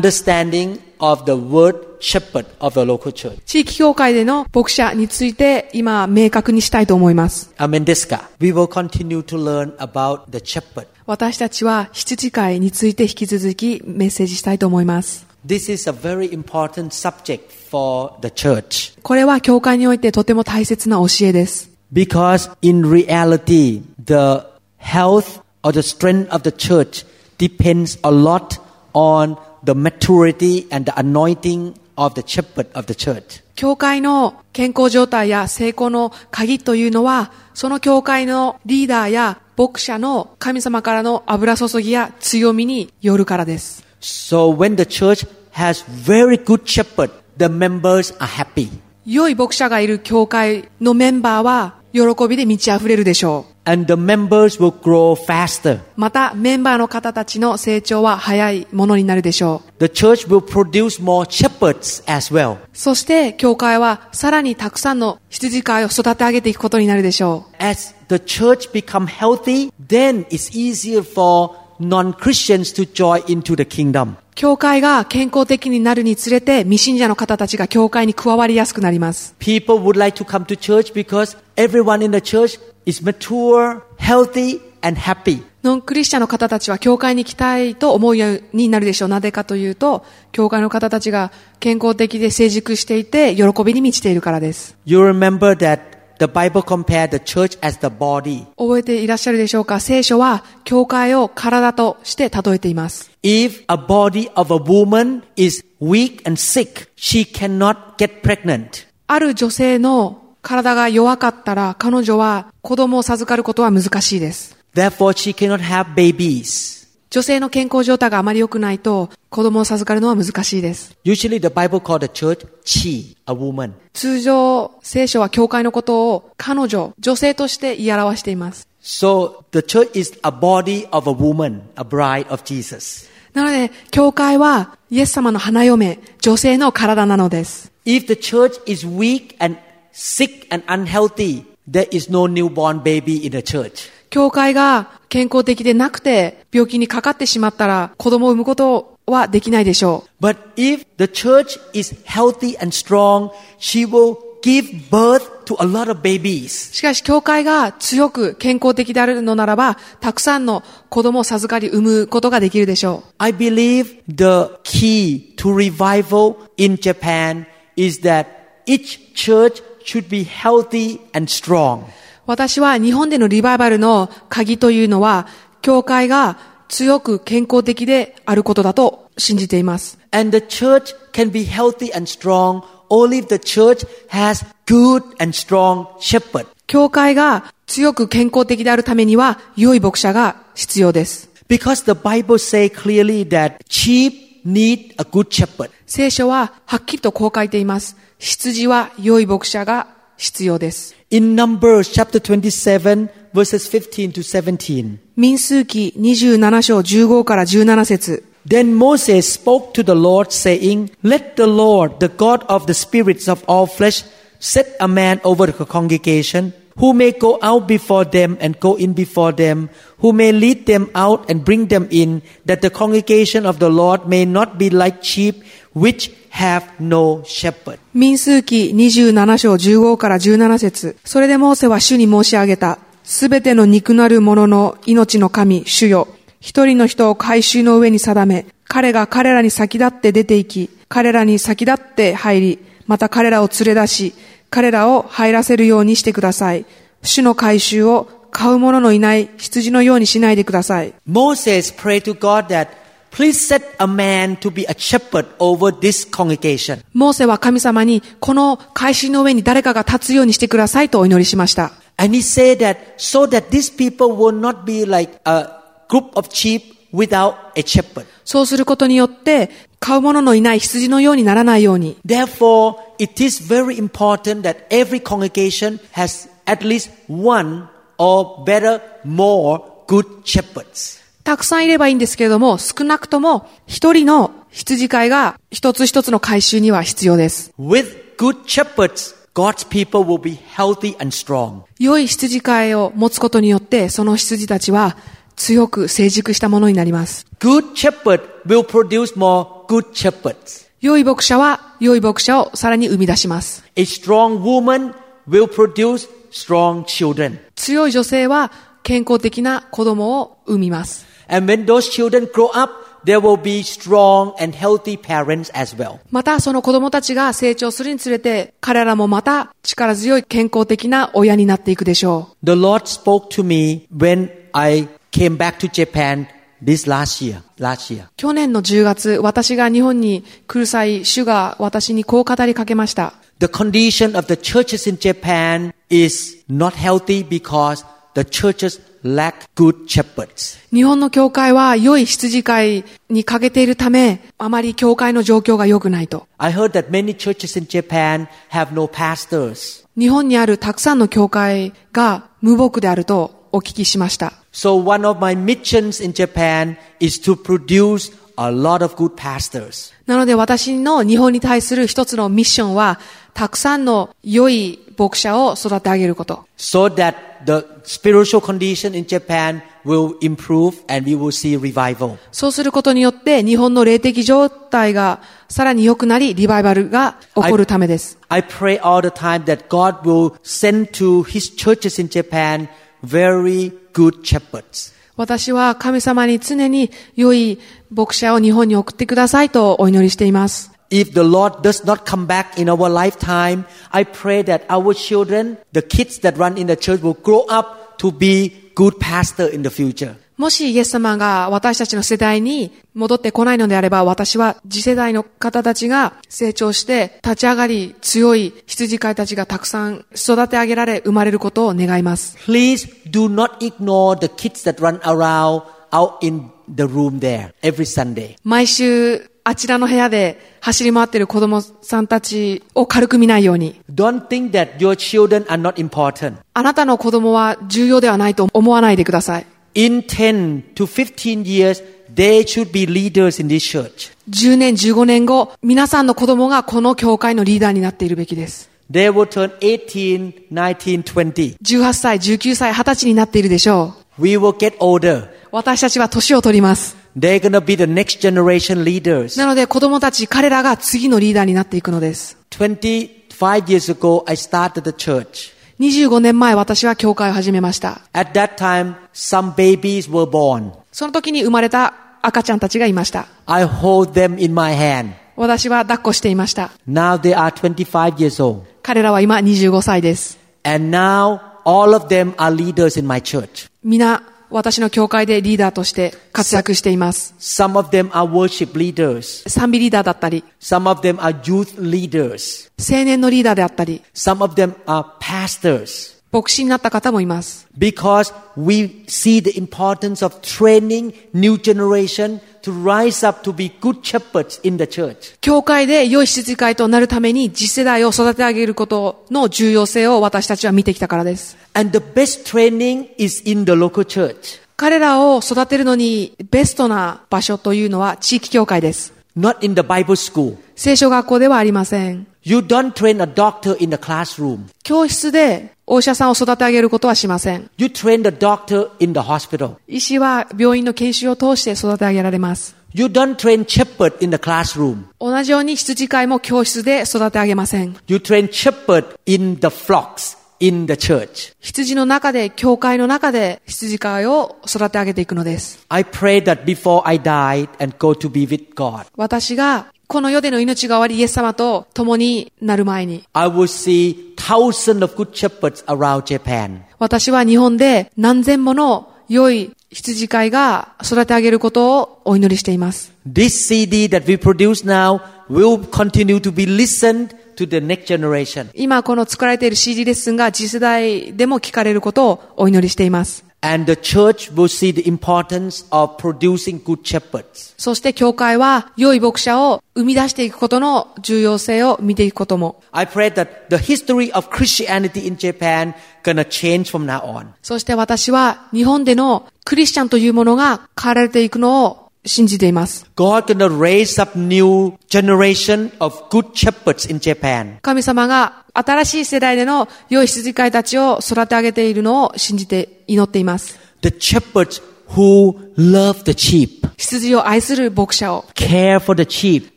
Speaker 2: understanding of the word shepherd of the local church.
Speaker 3: 地域協会での牧者について今明確にしたいと思います。
Speaker 2: Amendeska. We will continue to learn about the shepherd.
Speaker 3: 私たちは羊飼いについて引き続きメッセージしたいと思います。
Speaker 2: This is a very important subject for the church
Speaker 3: これは教会においてとても大切な教えです。
Speaker 2: because in reality, the health or the strength of the church depends a lot on the maturity and the anointing of the shepherd of the church.
Speaker 3: 教会の健康状態や成功の鍵というのは、その教会のリーダーや牧者の神様からの油注ぎや強みによるからです。
Speaker 2: So when the church has very good shepherd, the members are happy.
Speaker 3: 良い牧者がいる教会のメンバーは喜びで満ち溢れるでしょ
Speaker 2: and the members will grow faster.
Speaker 3: う。また、メンバーの方たちの成長は早いものになるでしょ
Speaker 2: The
Speaker 3: う。
Speaker 2: church will produce more shepherds as well.
Speaker 3: そして、教会はさらにたくさんの羊飼いを育て上げていくことになるでしょう。
Speaker 2: As the church become healthy, then it's easier for non-Christians to join into the kingdom.
Speaker 3: 教会が健康的になるにつれて、未信者の方たちが教会に加わりやすくなります。
Speaker 2: People would like to come to church because everyone in the church is mature, healthy, and happy.
Speaker 3: ノンクリスチャンの方たちは教会に来たいと思うようになるでしょう。なぜかというと、教会の方たちが健康的で成熟していて、喜びに満ちているからです。
Speaker 2: You remember that the Bible compared the church as the body.
Speaker 3: 覚えていらっしゃるでしょうか聖書は、教会を体として例えています。
Speaker 2: If a body of a woman is weak and sick, she cannot get pregnant.
Speaker 3: ある女性の体が弱かったら、彼女は子供を授かることは難しいです。
Speaker 2: Therefore, she cannot have babies.
Speaker 3: 女性の健康状態があまり良くないと、子供を授かるのは難しいです。
Speaker 2: Usually, the Bible called the church she, a woman.
Speaker 3: 通常、聖書は教会のことを彼女、女性として言い表しています。
Speaker 2: So, the church is a body of a woman, a bride of Jesus.
Speaker 3: なので、教会はイエス様の花嫁、女性の体なのです。
Speaker 2: If the church is weak and sick and unhealthy, there is no newborn baby in the church.
Speaker 3: 教会が健康的でなくて病気にかかってしまったら子供を産むことはできないでしょ
Speaker 2: But if the church is healthy and strong, she will give birth to a lot of
Speaker 3: う。
Speaker 2: babies.
Speaker 3: しかし、教会が強く健康的であるのならば、たくさんの子供を授かり産むことができるでしょう。
Speaker 2: I believe the key to revival in Japan is that each church should be healthy and strong.
Speaker 3: 私は日本でのリバイバルの鍵というのは、教会が強く健康的であることだと信じています。
Speaker 2: And the church can be healthy and strong only if the church has good and strong shepherd.
Speaker 3: 教会が強く健康的であるためには、良い牧者が必要です。
Speaker 2: Because the Bible says clearly that sheep need a good shepherd.
Speaker 3: 聖書ははっきりとこう書いています。羊は良い牧者が必要です。
Speaker 2: In Numbers chapter 27 verses 15 to 17,
Speaker 3: 民数記27章15から17節
Speaker 2: Then Moses spoke to the Lord, saying, Let the Lord, the God of the spirits of all flesh, set a man over the congregation, who may go out before them and go in before them, who may lead them out and bring them in, that the congregation of the Lord may not be like sheep which have no shepherd.
Speaker 3: 民数記27章15から17節それでモーセは主に申し上げた。すべての肉なる者の命の神、主よ。一人の人を回収の上に定め、彼が彼らに先立って出て行き、彼らに先立って入り、また彼らを連れ出し、彼らを入らせるようにしてください。主の回収を買う者のいない羊のようにしないでください。
Speaker 2: Moses prayed to God that, Please set a man to be a shepherd over this congregation.
Speaker 3: モーセは神様に、この回収の上に誰かが立つようにしてくださいとお祈りしました。
Speaker 2: And he said that so that these people will not be like a group of sheep without a shepherd.
Speaker 3: そうすることによって、買う者のいない羊のようにならないように。
Speaker 2: Therefore, it is very important that every congregation has at least one or better more good shepherds.
Speaker 3: たくさんいればいいんですけれども、少なくとも一人の羊飼いが一つ一つの回収には必要です。
Speaker 2: With good shepherds, God's people will be healthy and strong.
Speaker 3: 良い羊飼いを持つことによって、その羊たちは強く成熟したものになります。
Speaker 2: Good shepherd will produce more good shepherds.
Speaker 3: 良い牧者は良い牧者をさらに生み出します。
Speaker 2: A strong woman will produce strong children.
Speaker 3: 強い女性は健康的な子供を生みます。
Speaker 2: And when those children grow up, there will be strong and healthy parents as well.
Speaker 3: またその子供たちが成長するにつれて、彼らもまた力強い健康的な親になっていくでしょう。
Speaker 2: The Lord spoke to me when I came back to Japan this last year. Last year.
Speaker 3: 去年の10月、私が日本に来る際、主が私にこう語りかけました。
Speaker 2: The condition of the churches in Japan is not healthy because the churches lack good shepherds.
Speaker 3: 日本の教会は良い羊飼いに欠けているため、あまり教会の状況が良くないと。
Speaker 2: I heard that many churches in Japan have no pastors.
Speaker 3: 日本にあるたくさんの教会が無牧であるとお聞きしました。
Speaker 2: So one of my missions in Japan is to produce a lot of good pastors.
Speaker 3: なので私の日本に対する一つのミッションは、たくさんの良い牧者を育て上げること。
Speaker 2: so that the spiritual condition in Japan will improve and we will see revival.
Speaker 3: そうすることによって日本の霊的状態がさらに良くなり、リバイバルが起こるためです。
Speaker 2: I pray all the time that God will send to his churches in Japan very good shepherds.
Speaker 3: 私は神様に常に良い牧者を日本に送ってくださいとお祈りしています。
Speaker 2: If the Lord does not come back in our lifetime, I pray that our children, the kids that run in the church will grow up to be good pastor in the future.
Speaker 3: もしイエス様が私たちの世代に戻ってこないのであれば、私は次世代の方たちが成長して立ち上がり強い羊飼いたちがたくさん育て上げられ生まれることを願います。
Speaker 2: Please do not ignore the kids that run around out in the room there every Sunday.
Speaker 3: 毎週あちらの部屋で走り回ってる子供さんたちを軽く見ないように。
Speaker 2: Don't think that your children are not important.
Speaker 3: あなたの子供は重要ではないと思わないでください。
Speaker 2: In 10 to 15 years, they should be leaders in this church.
Speaker 3: 10年、15年後、皆さんの子供がこの教会のリーダーになっているべきです。
Speaker 2: They will turn 18, 19, 20.
Speaker 3: 18歳、19歳、20歳になっているでしょ
Speaker 2: We will get older.
Speaker 3: う。私たちは年を取ります。
Speaker 2: They're gonna be the next generation leaders.
Speaker 3: なので子供たち、彼らが次のリーダーになっていくのです。
Speaker 2: 25 years ago, I started the church.
Speaker 3: 25年前、私は教会を始めました。
Speaker 2: At that time, some babies were born.
Speaker 3: その時に生まれた赤ちゃんたちがいました。
Speaker 2: I hold them in my hand.
Speaker 3: 私は抱っこしていました。
Speaker 2: Now they are 25 years old.
Speaker 3: 彼らは今25歳です。
Speaker 2: And now all of them are leaders in my church.
Speaker 3: 皆、私の教会でリーダーとして活躍しています。
Speaker 2: Some of them are worship leaders.
Speaker 3: 賛美リーダーだったり、
Speaker 2: Some of them are youth leaders.
Speaker 3: 青年のリーダーであったり、
Speaker 2: Some of them are pastors.
Speaker 3: 牧師になった方もいます。
Speaker 2: Because we see the importance of training new generation to rise up to be good shepherds in the church.
Speaker 3: 教会で良い羊飼いとなるために次世代を育て上げることの重要性を私たちは見てきたからです。
Speaker 2: And the best training is in the local church.
Speaker 3: 彼らを育てるのにベストな場所というのは地域教会です。
Speaker 2: Not in the Bible school.
Speaker 3: 聖書学校ではありません。
Speaker 2: You don't train a doctor in the classroom.
Speaker 3: 教室でお医者さんを育て上げることはしません。
Speaker 2: You train the doctor in the hospital.
Speaker 3: 医師は病院の研修を通して育て上げられます。
Speaker 2: You don't train shepherd in the classroom.
Speaker 3: 同じように羊飼いも教室で育て上げません。
Speaker 2: You train shepherd in the flocks in the church.
Speaker 3: 羊の中で、教会の中で羊飼いを育て上げていくのです。
Speaker 2: I pray that before I die and go to be with God,
Speaker 3: 私がこの世での命が終わりイエス様と共になる前に、
Speaker 2: I will see thousands of good shepherds around Japan.
Speaker 3: 私は日本で何千もの良い羊飼いが育て上げることをお祈りしています。
Speaker 2: This CD that we produce now will continue to be listened to the next generation.
Speaker 3: 今この作られている CD レッスンが次世代でも聞かれることをお祈りしています。
Speaker 2: And the church will see the importance of producing good shepherds.
Speaker 3: そして教会は良い牧者を生み出していくことの重要性を見ていくことも、
Speaker 2: I pray that the history of Christianity in Japan gonna change from now on.
Speaker 3: そして私は日本でのクリスチャンというものが変えられていくのを信じています。
Speaker 2: God gonna raise up new generation of good shepherds in Japan.
Speaker 3: 神様が新しい世代での良い羊飼いたちを育て上げているのを信じて祈っています。
Speaker 2: The shepherds who love the sheep.
Speaker 3: 羊を愛する牧者を、
Speaker 2: care for the sheep,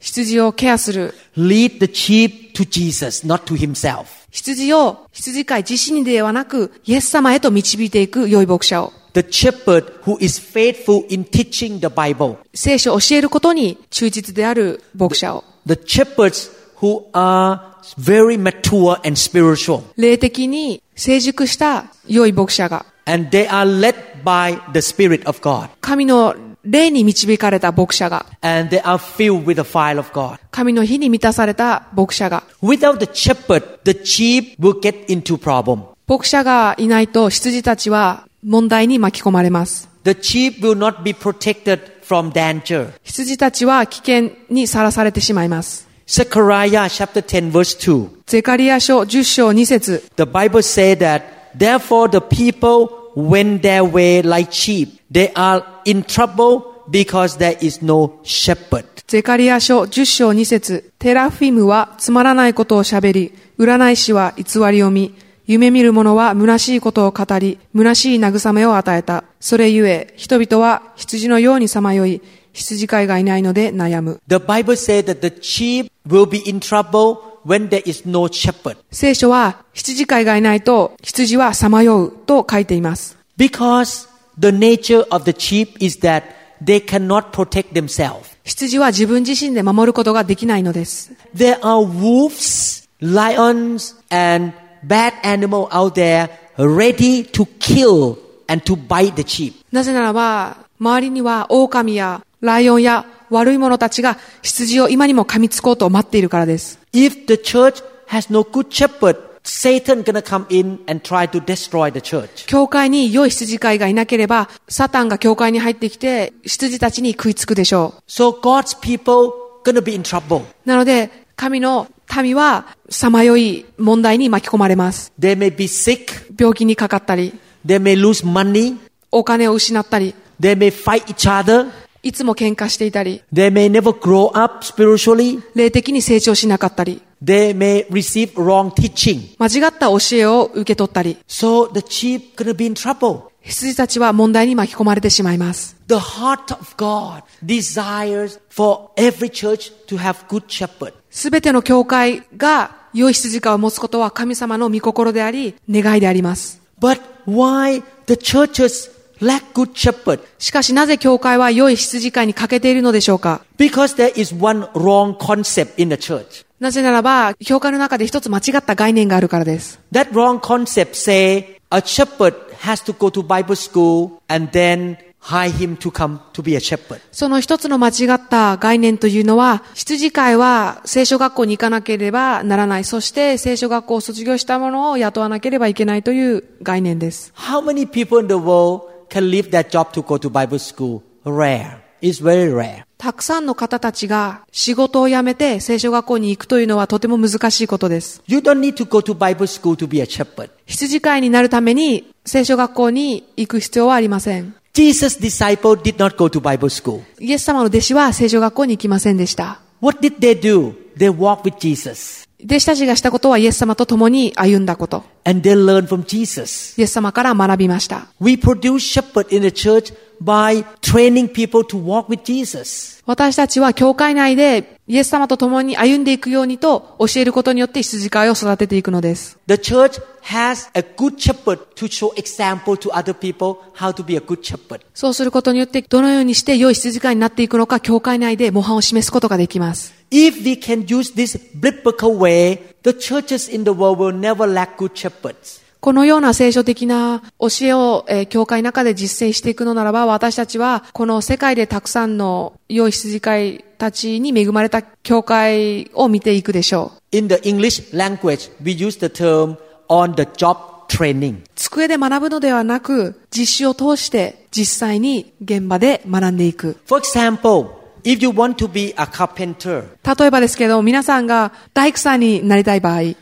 Speaker 3: 羊をケアする、
Speaker 2: lead the sheep to Jesus, not to himself.
Speaker 3: 羊を羊飼い自身ではなく、イエス様へと導いていく良い牧者を、
Speaker 2: The shepherd who is faithful in teaching the Bible.
Speaker 3: 聖書を教えることに忠実である牧者を、
Speaker 2: The shepherds who are very mature and spiritual.
Speaker 3: 霊的に成熟した良い牧者が、
Speaker 2: And they are led by the Spirit of God.
Speaker 3: 神の霊に導かれた牧者が、
Speaker 2: And they are filled with the fire of God.
Speaker 3: 神の火に満たされた牧者が、
Speaker 2: Without the shepherd, the sheep will get into problem.
Speaker 3: 牧者がいないと羊たちは問題に巻き込まれます。
Speaker 2: The sheep will not be protected from danger.
Speaker 3: 羊たちは危険にさらされてしまいます。
Speaker 2: Zechariah chapter 10 verse 2.
Speaker 3: ゼカリア書10章2節
Speaker 2: The Bible says that therefore the people went their way like sheep. They are in trouble because there is no shepherd.
Speaker 3: ゼカリア書10章2節テラフィムはつまらないことを喋り、占い師は偽りを見、夢見る者は虚しいことを語り、虚しい慰めを与えた。それゆえ、人々は羊のようにさまよい、羊飼いがいないので悩む。
Speaker 2: The Bible says that the sheep will be in trouble when there is no shepherd
Speaker 3: 聖書は、羊飼いがいないと、羊はさまようと書いています。
Speaker 2: because the nature of the sheep is that they cannot protect themselves.
Speaker 3: 羊は自分自身で守ることができないのです。
Speaker 2: There are wolves, lions, and bad animal out there ready to kill and to bite the sheep.
Speaker 3: なぜならば、周りには狼やライオンや悪い者たちが羊を今にも噛みつこうと待っているからです。
Speaker 2: If the church has no good shepherd, Satan gonna come in and try to destroy the church.
Speaker 3: 教会に良い羊飼いがいなければ、サタンが教会に入ってきて、羊たちに食いつくでしょ
Speaker 2: So God's people gonna be in trouble.
Speaker 3: う。なので、神の民は、さまよい問題に巻き込まれます。
Speaker 2: They may be sick,
Speaker 3: 病気にかかったり、
Speaker 2: they may lose money,
Speaker 3: お金を失ったり、
Speaker 2: they may fight each other,
Speaker 3: いつも喧嘩していたり、
Speaker 2: they may never grow up spiritually,
Speaker 3: 霊的に成長しなかったり、
Speaker 2: they may receive wrong teaching.
Speaker 3: 間違った教えを受け取ったり、
Speaker 2: So the sheep gonna be in trouble.
Speaker 3: 羊たちは問題に巻き込まれてしまいます。
Speaker 2: The heart of God desires for every church to have good shepherd.
Speaker 3: すべての教会が良い羊飼いを持つことは神様の御心であり、願いであります。
Speaker 2: But why the churches lack good shepherd?
Speaker 3: しかしなぜ教会は良い羊飼いに欠けているのでしょうか
Speaker 2: Because there is one wrong concept in the church.
Speaker 3: なぜならば、教会の中で一つ間違った概念があるからです。
Speaker 2: That wrong concept say a shepherd has to go to Bible school and then hire him to come to be a shepherd.
Speaker 3: その一つの間違った概念というのは、羊飼いは聖書学校に行かなければならない。そして聖書学校を卒業した者を雇わなければいけないという概念です。
Speaker 2: How many people in the world can leave that job to go to Bible school? Rare. It's very rare.
Speaker 3: たくさんの方たちが仕事を辞めて聖書学校に行くというのはとても難しいことです。
Speaker 2: You don't need to go to Bible school to be a shepherd.
Speaker 3: 羊飼いになるために聖書学校に行く必要はありません。
Speaker 2: Jesus' disciple did not go to Bible school.
Speaker 3: イエス様の弟子は聖書学校に行きませんでした。
Speaker 2: What did they do? They walked with Jesus
Speaker 3: 弟子たちがしたことはイエス様と共に歩んだこと。
Speaker 2: and they learned from Jesus.
Speaker 3: イエス様から学びました。
Speaker 2: We produce shepherd in the church by training people to walk with Jesus.
Speaker 3: 私たちは教会内でイエス様と共に歩んでいくようにと教えることによって羊飼いを育てていくのです。
Speaker 2: The church has a good shepherd to show example to other people how to be a good shepherd.
Speaker 3: そうすることによってどのようにして良い羊飼いになっていくのか教会内で模範を示すことができます。
Speaker 2: If we can use this biblical way, the churches in the world will never lack good shepherds.
Speaker 3: このような聖書的な教えを、えー教会の中で実践していくのならば、私たちは、この世界でたくさんの良い羊飼いたちに恵まれた教会を見ていくでしょう。
Speaker 2: In the English language, we use the term on the job training.
Speaker 3: 机で学ぶのではなく、実習を通して実際に現場で学んでいく。
Speaker 2: For example, if you want to be a carpenter,
Speaker 3: 例えばですけど、皆さんが大工さんになりたい場合、
Speaker 2: You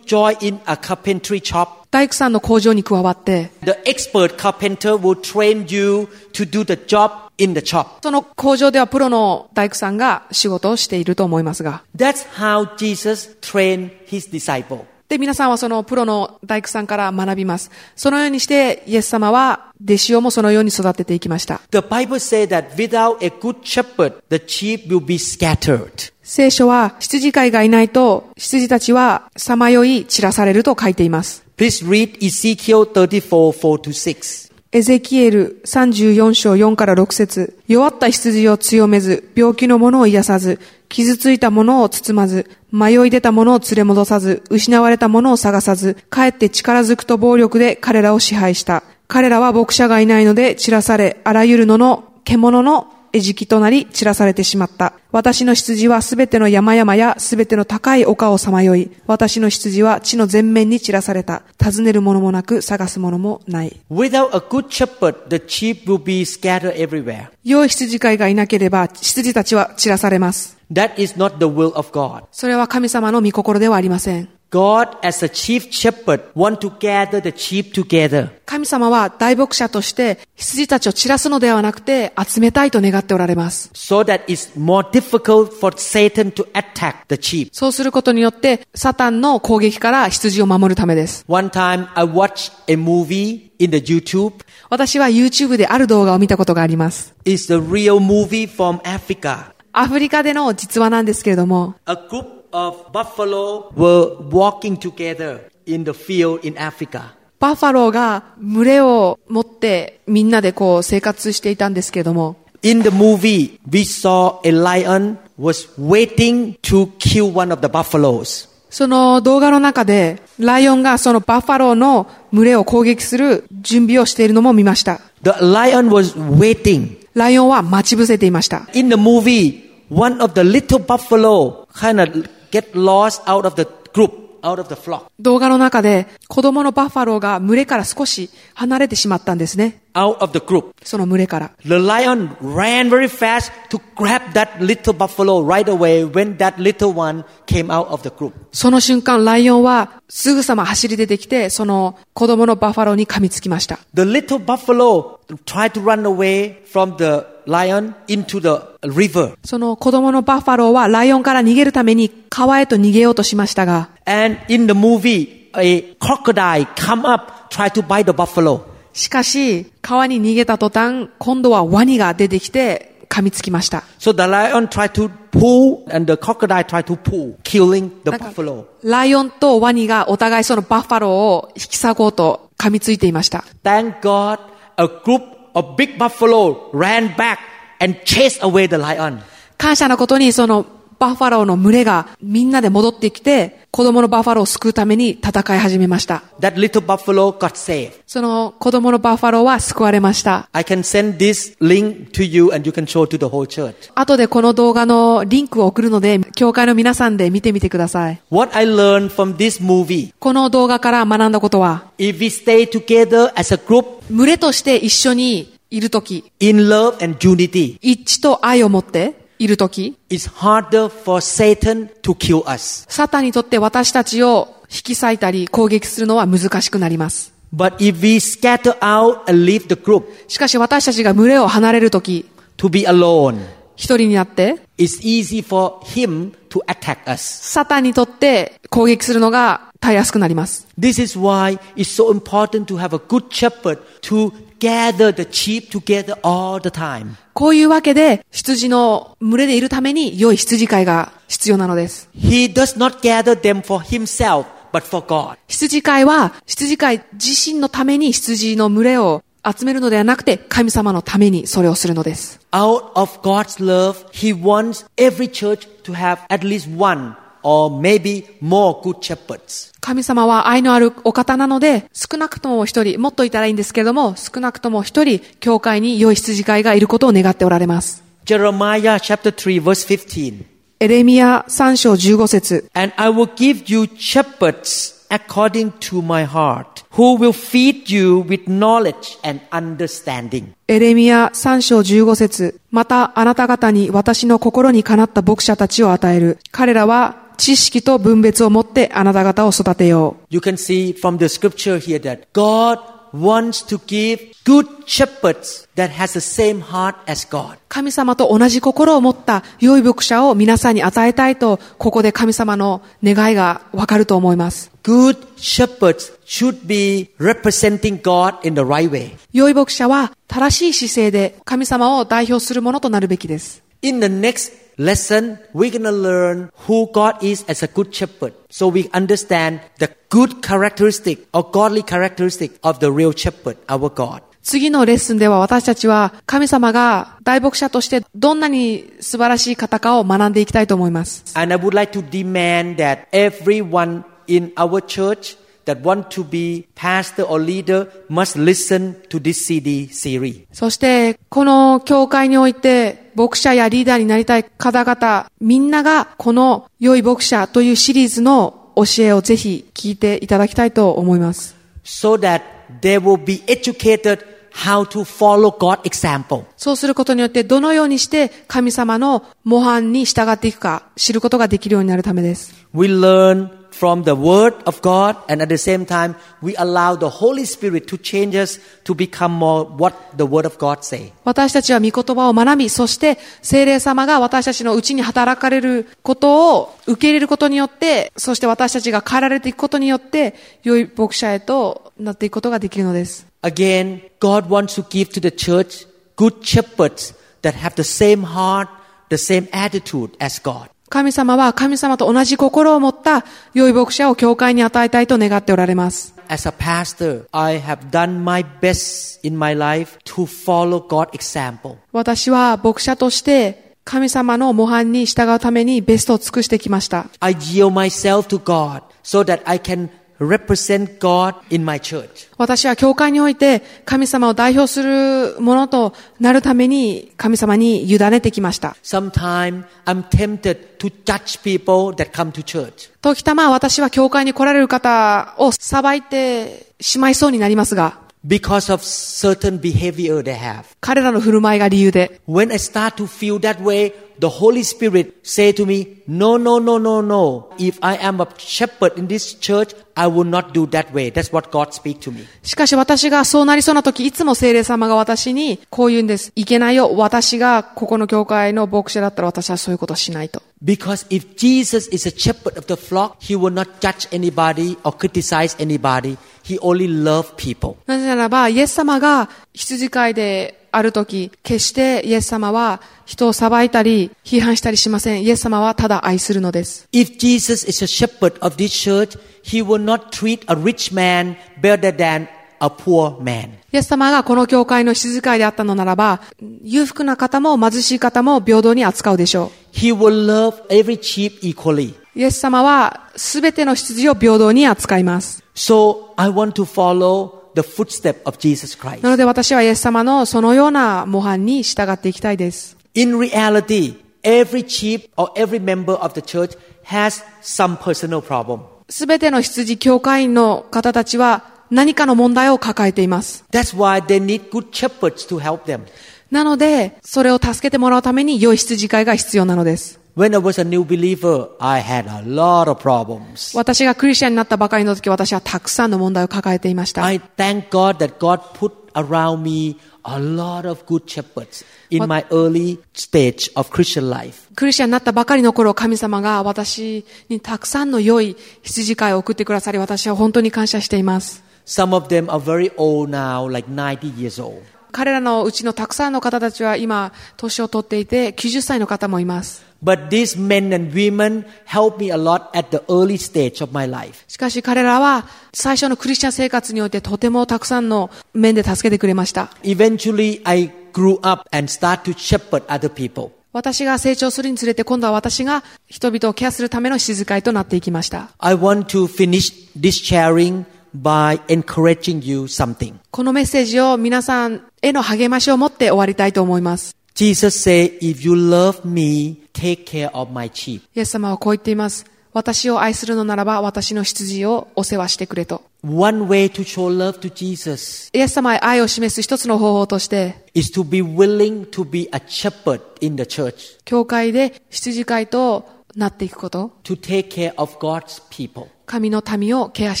Speaker 2: join in a carpentry shop.
Speaker 3: 大工さんの工場に加わって、
Speaker 2: The expert carpenter will train you to do the job in the shop.
Speaker 3: その工場ではプロの大工さんが仕事をしていると思いますが、
Speaker 2: That's how Jesus trained his disciple.
Speaker 3: で、皆さんはそのプロの大工さんから学びます。そのようにして、イエス様は弟子をもそのように育てていきました。
Speaker 2: The Bible says that without a good shepherd, the sheep will be scattered.
Speaker 3: 聖書は、羊飼いがいないと、羊たちはさまよい散らされると書いています。
Speaker 2: Please read Ezekiel 34, 4 to 6.
Speaker 3: エゼキエル34章4から6節弱った羊を強めず、病気の者を癒さず、傷ついた者を包まず、迷い出た者を連れ戻さず、失われた者を探さず、かえって力ずくと暴力で彼らを支配した。彼らは牧者がいないので散らされ、あらゆるのの獣の餌食となり散らされてしまった。私の羊はすべての山々やすべての高い丘をさまよい、私の羊は地の全面に散らされた。尋ねる者もなく探す者もない。
Speaker 2: Without a good shepherd, the sheep will be scattered everywhere.
Speaker 3: 良い羊飼いがいなければ、羊たちは散らされます。
Speaker 2: That is not the will of God.
Speaker 3: それは神様の御心ではありません。
Speaker 2: God, as the chief shepherd, want to gather the sheep together.
Speaker 3: 神様は大牧者として羊たちを散らすのではなくて集めたいと願っておられます。
Speaker 2: so that it's more difficult for Satan to attack the sheep.
Speaker 3: そうすることによってサタンの攻撃から羊を守るためです。
Speaker 2: One time I watched a movie in the YouTube.
Speaker 3: 私は YouTube である動画を見たことがあります。
Speaker 2: It's a real movie from Africa.
Speaker 3: アフリカでの実話なんですけれども、
Speaker 2: A group of buffalo were walking together in the field in Africa.
Speaker 3: バッファローが群れを持ってみんなでこう生活していたんですけれども、
Speaker 2: In the movie, we saw a lion was waiting to kill one of the buffaloes.
Speaker 3: その動画の中でライオンがそのバッファローの群れを攻撃する準備をしているのも見ました。
Speaker 2: The lion was waiting.
Speaker 3: ライオンは待ち伏せていました。
Speaker 2: In the movie, one of the little buffalo kind of get lost out of the group, out of the flock.
Speaker 3: 動画の中で子供のバッファローが群れから少し離れてしまったんですね。
Speaker 2: out of the group.
Speaker 3: その群れから。
Speaker 2: The lion ran very fast to grab that little buffalo right away when that little one came out of the group.
Speaker 3: その瞬間、ライオンはすぐさま走り出てきて、その子供のバッファローに噛みつきました。
Speaker 2: The little buffalo tried to run away from the lion into the river.
Speaker 3: その子供のバッファローはライオンから逃げるために川へと逃げようとしましたが、
Speaker 2: And in the movie, a crocodile come up, try to bite the buffalo.
Speaker 3: しかし、川に逃げた途端、今度はワニが出てきて噛みつきました。
Speaker 2: So the lion tried to pull and the crocodile tried to pull, killing the
Speaker 3: なんか
Speaker 2: buffalo.
Speaker 3: ライオンとワニがお互いそのバッファローを引き裂こうと噛みついていました。
Speaker 2: Thank God, a group of big buffalo ran back and chased away the lion.
Speaker 3: 感謝のことにそのバッファローの群れがみんなで戻ってきて、子供のバッファローを救うために戦い始めました。
Speaker 2: That little buffalo got saved.
Speaker 3: その子供のバッファローは救われました。
Speaker 2: I can send this link to you and you can show to the whole church.
Speaker 3: 後でこの動画のリンクを送るので、教会の皆さんで見てみてください。
Speaker 2: What I learned from this movie,
Speaker 3: この動画から学んだことは、
Speaker 2: if we stay together as a group
Speaker 3: 群れとして一緒にいるとき、
Speaker 2: in love and unity,
Speaker 3: 一致と愛を持っているとき、
Speaker 2: it's harder for Satan to kill us.
Speaker 3: サタンにとって私たちを引き裂いたり攻撃するのは難しくなります。
Speaker 2: But if we scatter out and leave the group
Speaker 3: しかし私たちが群れを離れるとき、
Speaker 2: to be alone,
Speaker 3: 一人になって、
Speaker 2: it's easy for him to attack us.
Speaker 3: サタンにとって攻撃するのがたやすくなります。
Speaker 2: This is why it's so important to have a good shepherd to gather the sheep together all the time.
Speaker 3: こういうわけで、羊の群れでいるために良い羊飼いが必要なのです。
Speaker 2: He does not gather them for himself, but for God.
Speaker 3: 羊飼いは、羊飼い自身のために羊の群れを集めるのではなくて、神様のためにそれをするのです。
Speaker 2: Out of God's love, He wants every church to have at least one or maybe more good shepherds.
Speaker 3: 神様は愛のあるお方なので、少なくとも一人、もっといたらいいんですけれども、少なくとも一人、教会に良い羊飼いがいることを願っておられます。
Speaker 2: Jeremiah chapter 3 verse 15.
Speaker 3: エレミア3章15節
Speaker 2: And I will give you shepherds according to my heart, who will feed you with knowledge and understanding.
Speaker 3: エレミア3章15節またあなた方に私の心にかなった牧者たちを与える。彼らは知識と分別を持ってあなた方を育てよう。
Speaker 2: You can see from the scripture here that God wants to give good shepherds that has the same heart as God.
Speaker 3: 神様と同じ心を持った良い牧者を皆さんに与えたいと、ここで神様の願いがわかると思います。
Speaker 2: Good shepherds should be representing God in the right way.
Speaker 3: 良い牧者は正しい姿勢で神様を代表するものとなるべきです。
Speaker 2: In the next lesson, we're going to learn who God is as a good shepherd. So we understand the good characteristic or godly characteristic of the real shepherd, our God.
Speaker 3: 次のレッスンでは私たちは神様が大牧者としてどんなに素晴らしい方かを学んでいきたいと思います。
Speaker 2: And I would like to demand that everyone in our church that want to be pastor or leader must listen to this CD series.
Speaker 3: そして、この教会において、牧者やリーダーになりたい方々、みんなが、この良い牧者というシリーズの教えをぜひ聞いていただきたいと思います。
Speaker 2: so that they will be educated how to follow God's example.
Speaker 3: そうすることによって、どのようにして神様の模範に従っていくか、知ることができるようになるためです。
Speaker 2: We learn from the Word of God, and at the same time, we allow the Holy Spirit to change us to become more what the Word of God say.
Speaker 3: 私たちは御言葉を学び、そして聖霊様が私たちのうちに働かれることを受け入れることによって、そして私たちが変えられていくことによって、良い牧者へとなっていくことができるのです。
Speaker 2: Again, God wants to give to the church good shepherds that have the same heart, the same attitude as God.
Speaker 3: 神様は神様と同じ心を持った良い牧者を教会に与えたいと願っておられます。
Speaker 2: As a pastor, I have done my best in my life to follow God's example.
Speaker 3: 私は牧者として神様の模範に従うためにベストを尽くしてきました。
Speaker 2: I yield myself to God so that I can represent God in my church.
Speaker 3: 私は教会において神様を代表するものとなるために神様に委ねてきました。
Speaker 2: Sometimes I'm tempted to judge people that come to church.
Speaker 3: 時たま私は教会に来られる方を裁いてしまいそうになりますが、
Speaker 2: because of certain behavior they have.
Speaker 3: 彼らの振る舞いが理由で、
Speaker 2: When I start to feel that way, the Holy Spirit say to me, no, no, no, no, no. If I am a shepherd in this church, I will not do that way. That's what God speak to me.
Speaker 3: しかし私がそうなりそうな時、いつも聖霊様が私にこう言うんです。いけないよ。私がここの教会の牧者だったら私はそういうことをしないと。
Speaker 2: Because if Jesus is a shepherd of the flock, he will not judge anybody or criticize anybody. He only love people.
Speaker 3: なぜならば、イエス様が羊飼いである時、決してイエス様は人を裁いたり、批判したりしません。イエス様はただ愛するのです。
Speaker 2: If Jesus is a shepherd of this church, he will not treat a rich man better than a poor man.
Speaker 3: イエス様がこの教会の静かいであったのならば、裕福な方も貧しい方も平等に扱うでしょ
Speaker 2: He will love every sheep equally.
Speaker 3: う。イエス様はすべての羊を平等に扱います。
Speaker 2: So I want to follow the footstep of Jesus Christ.
Speaker 3: なので私はイエス様のそのような模範に従っていきたいです。
Speaker 2: In reality, every sheep or every member of the church has some personal problem.
Speaker 3: すべての羊教会員の方たちは何かの問題を抱えています。
Speaker 2: That's why they need good shepherds to help them.
Speaker 3: なので、それを助けてもらうために良い羊飼いが必要なのです。
Speaker 2: When I was a new believer, I had a lot of problems.
Speaker 3: 私がクリスチャンになったばかりの時、私はたくさんの問題を抱えていました。
Speaker 2: I thank God that God put around me a lot of good shepherds in
Speaker 3: What-
Speaker 2: my early stage of Christian life.
Speaker 3: クリスチャンになったばかりの頃、神様が私にたくさんの良い羊飼いを送ってくださり、私は本当に感謝しています。
Speaker 2: Some of them are very old now, like 90 years old.
Speaker 3: 彼らのうちのたくさんの方たちは今、年を取っていて、90歳の方もいます。
Speaker 2: But these men and women helped me a lot at the early stage of my life.
Speaker 3: しかし彼らは、最初のクリスチャン生活においてとてもたくさんの面で助けてくれました。
Speaker 2: Eventually, I grew up and start to shepherd other people.
Speaker 3: 私が成長するにつれて、今度は私が人々をケアするための静かいとなっていきました。
Speaker 2: I want to finish this sharing by encouraging you something.
Speaker 3: このメッセージを皆さんへの励ましを持って終わりたいと思います。
Speaker 2: Jesus said, if you love me, take care of my sheep.
Speaker 3: イエス様はこう言っています。私を愛するのならば、私の羊をお世話してくれと。
Speaker 2: One way to show love to Jesus
Speaker 3: イエス様へ愛を示す一つの方法として、
Speaker 2: is to be willing to be a shepherd in the church,
Speaker 3: 教会で羊飼いとなっていくこと、
Speaker 2: to take care of God's people.
Speaker 3: 神の民をケアし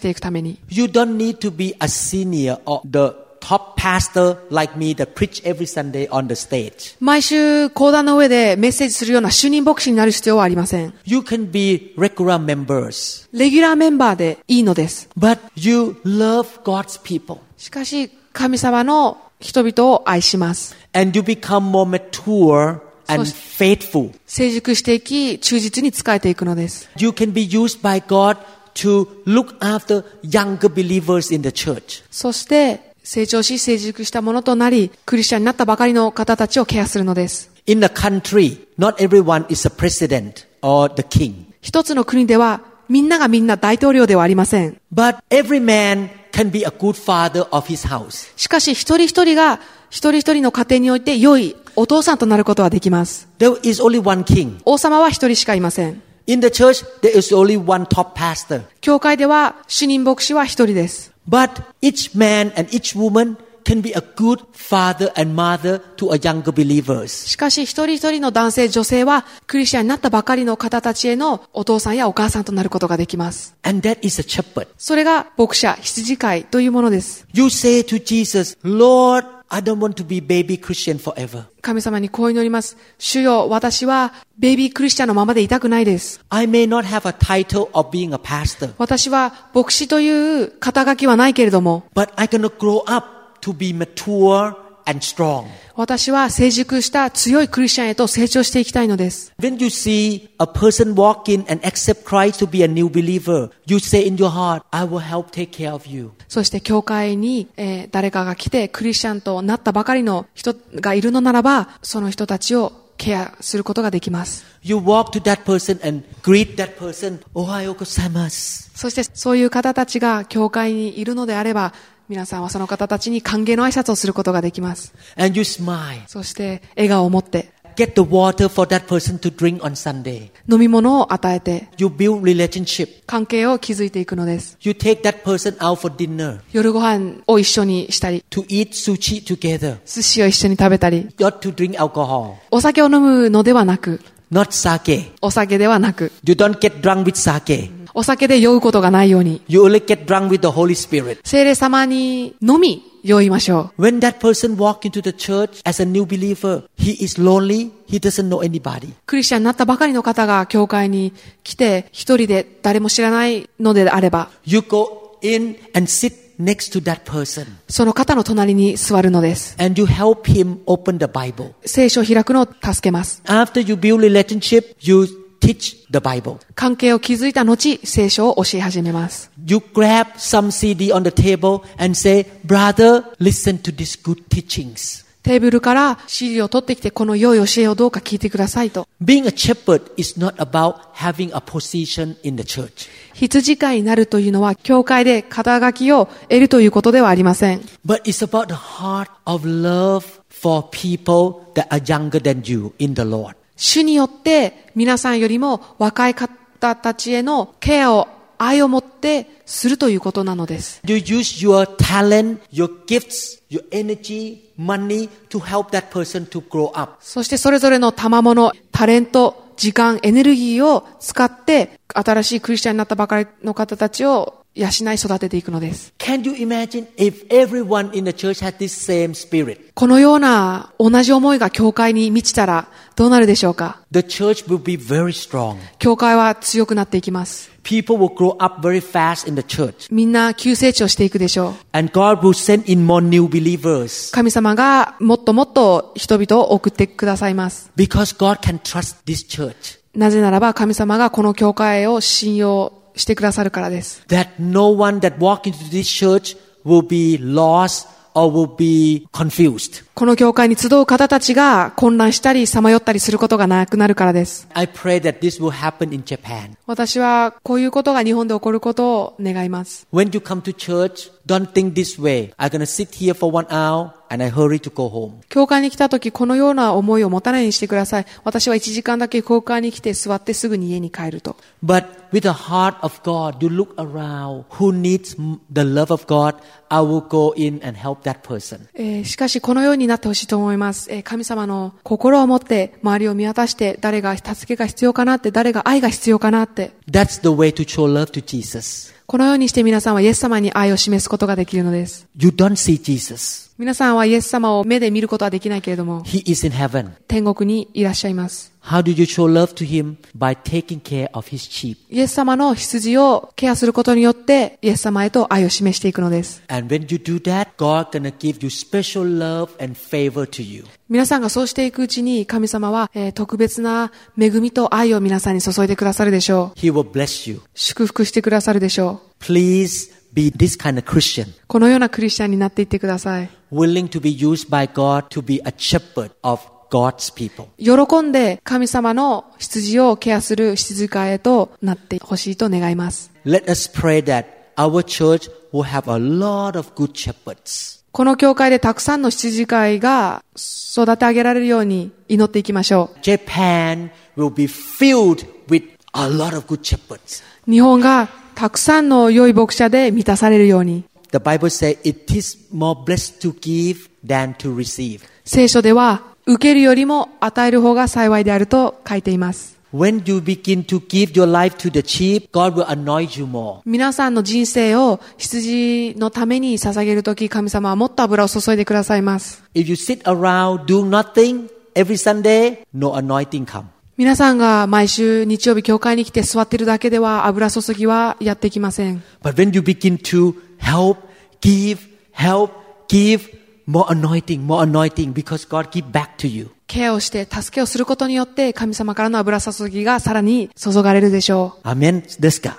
Speaker 3: ていくために。
Speaker 2: You don't need to be a senior or the top pastor like me that preach every Sunday on the stage.
Speaker 3: 毎週、講談の上でメッセージするような主任牧師になる必要はありません。
Speaker 2: You can be regular members,
Speaker 3: レギュラーメンバーでいいのです。
Speaker 2: but you love God's people
Speaker 3: しかし、神様の人々を愛します。
Speaker 2: and you become more mature and
Speaker 3: So-
Speaker 2: faithful.
Speaker 3: 成熟していき、忠実に仕えていくのです。
Speaker 2: You can be used by God to look after younger believers in the church.
Speaker 3: そして、成長し成熟したものとなり、クリスチャンになったばかりの方たちをケアするのです。
Speaker 2: In the country, not everyone is a president or the king,
Speaker 3: 一つの国では、みんながみんな大統領ではありません。
Speaker 2: but every man can be a good father of his house.
Speaker 3: しかし、一人一人が、一人一人の家庭において良いお父さんとなることはできます。
Speaker 2: There is only one king.
Speaker 3: 王様は一人しかいません。
Speaker 2: In the church, there is only one top pastor.
Speaker 3: 教会では、主任牧師は一人です。
Speaker 2: But each man and each woman can be a good father and mother to a younger believers.
Speaker 3: しかし一人一人の男性、女性はクリスチャンになったばかりの方たちへのお父さんやお母さんとなることができます。
Speaker 2: And that is a shepherd.
Speaker 3: それが牧者、羊飼いというものです。
Speaker 2: You say to Jesus, Lord, I don't want to be baby Christian forever.
Speaker 3: 神様にこう祈ります。主よ、私はベイビークリスチャンのままでいたくないです。
Speaker 2: I may not have a title of being a pastor,
Speaker 3: 私は牧師という肩書きはないけれども、
Speaker 2: but I gonna grow up to be mature and strong.
Speaker 3: 私は成熟した強いクリスチャンへと成長していきたいのです。
Speaker 2: When you see a person walk in and accept Christ to be a new believer, you say in your heart, I will help take care of you.
Speaker 3: そして教会に、えー誰かが来てクリスチャンとなったばかりの人がいるのならば、その人たちをケアすることができます。
Speaker 2: You walk to that person and greet that person, Ohio gozaimasu.
Speaker 3: そしてそういう方たちが教会にいるのであれば、皆さんはその方たちに歓迎の挨拶をすることができます。
Speaker 2: And you smile.
Speaker 3: そして笑顔を持って、
Speaker 2: Get the water for that person to drink on Sunday.
Speaker 3: 飲み物を与えて、
Speaker 2: You build relationship.
Speaker 3: 関係を築いていくのです。
Speaker 2: You take that person out for dinner
Speaker 3: 夜ご飯を一緒にしたり、
Speaker 2: to eat sushi together.
Speaker 3: 寿司を一緒に食べたり、
Speaker 2: Not to drink alcohol,
Speaker 3: お酒を飲むのではなく、
Speaker 2: not sake.
Speaker 3: お酒ではなく、
Speaker 2: You don't get drunk with sake.
Speaker 3: お酒で酔うことがないように、
Speaker 2: You only get drunk with the Holy Spirit.
Speaker 3: 聖霊様にのみ酔いましょう。
Speaker 2: When that person walk into the church as a new believer, he is lonely. He doesn't know anybody.
Speaker 3: クリスチャンになったばかりの方が教会に来て、一人で誰も知らないのであれば、
Speaker 2: You go in and sit next to that person
Speaker 3: その方の隣に座るのです。
Speaker 2: and you help him open the Bible.
Speaker 3: 聖書を開くのを助けます。
Speaker 2: After you build relationship, you teach the Bible.
Speaker 3: 関係を築いた後、聖書を教え始めます。
Speaker 2: You grab some CD on the table and say, brother, listen to these good teachings.
Speaker 3: テーブルから資料を取ってきて、この良い教えをどうか聞いてくださいと。
Speaker 2: Being a shepherd is not about having a position in the church,
Speaker 3: 羊飼いになるというのは、教会で肩書きを得るということではありません。
Speaker 2: but it's about the heart of love for people that are younger than you in the Lord.
Speaker 3: 主によって、皆さんよりも若い方たちへのケアを、愛を持ってするということなのです。
Speaker 2: You use your talent, your gifts, your energy, money to help that person to grow up.
Speaker 3: そしてそれぞれの賜物、タレント、時間、エネルギーを使って、新しいクリスチャンになったばかりの方たちを養い育てていくのです。
Speaker 2: Can you imagine if everyone in the church had this same spirit?
Speaker 3: このような同じ思いが教会に満ちたらどうなるでしょうか
Speaker 2: The church will be very strong.
Speaker 3: 教会は強くなっていきます。
Speaker 2: People will grow up very fast in the church.
Speaker 3: みんな急成長していくでしょう。
Speaker 2: And God will send in more new believers
Speaker 3: 神様がもっともっと人々を送ってくださいます。
Speaker 2: because God can trust this church
Speaker 3: なぜならば神様がこの教会を信用してくださるからです。
Speaker 2: that no one that walk into this church will be lost or will be confused.
Speaker 3: この教会に集う方たちが混乱したりさまよったりすることがなくなるからです。
Speaker 2: I pray that this will happen in Japan.
Speaker 3: 私はこういうことが日本で起こることを願います。
Speaker 2: When you come to church, don't think this way. I'm going to sit here for one hour and I hurry to go home.
Speaker 3: 教会に来た時このような思いを持たないようにしてください。私は1時間だけ教会に来て座ってすぐに家に帰ると。
Speaker 2: But with the heart of God, you look around. Who needs m- the love of God? I will go in and help that person.
Speaker 3: えーしかしこのようになってほしいと思います、えー神様の心を持って周りを見渡して誰が助けが必要かなって誰が愛が必要かなって。
Speaker 2: That's the way to show love to Jesus.
Speaker 3: このようにして皆さんはイエス様に愛を示すことができるのです。
Speaker 2: You don't see Jesus.
Speaker 3: 皆さんはイエス様を目で見ることはできないけれども、
Speaker 2: He is in heaven.
Speaker 3: 天国にいらっしゃいます。
Speaker 2: How do you show love to him? By taking care of his sheep.
Speaker 3: イエス様の羊をケアすることによって、イエス様へと愛を示していくのです。
Speaker 2: And when you do that, God gonna give you special love and favor to you.
Speaker 3: 皆さんがそうしていくうちに、神様は、えー特別な恵みと愛を皆さんに注いでくださるでしょう。
Speaker 2: He will bless you.
Speaker 3: 祝福してくださるでしょ
Speaker 2: Please be this kind of Christian,
Speaker 3: う。このようなクリスチャンになっていってください。
Speaker 2: willing to be used by God to be a shepherd of God's people.
Speaker 3: 喜んで神様の羊をケアする羊飼いへとなってほしいと願います。
Speaker 2: Let us pray that our church will have a lot of good shepherds.
Speaker 3: この教会でたくさんの羊飼いが育て上げられるように祈っていきましょ
Speaker 2: Japan will be filled with a lot of good shepherds.
Speaker 3: う。日本がたくさんの良い牧者で満たされるように。
Speaker 2: the Bible says it is more blessed to give than to receive.
Speaker 3: 聖書では、受けるよりも与える方が幸いであると書いています。
Speaker 2: When you begin to give your life to the sheep, God will anoint you more.
Speaker 3: 皆さんの人生を羊のために捧げるとき、神様はもっと油を注いでくださいます。
Speaker 2: If you sit around doing nothing every Sunday, no anointing come.
Speaker 3: 皆さんが毎週日曜日教会に来て座ってるだけでは油注ぎはやってきません。
Speaker 2: But when you begin to help, give, help, give, more anointing, more anointing, because God give back to you.
Speaker 3: ケアをして助けをすることによって神様からの油注ぎがさらに注がれるでしょう。
Speaker 2: Amen. This guy.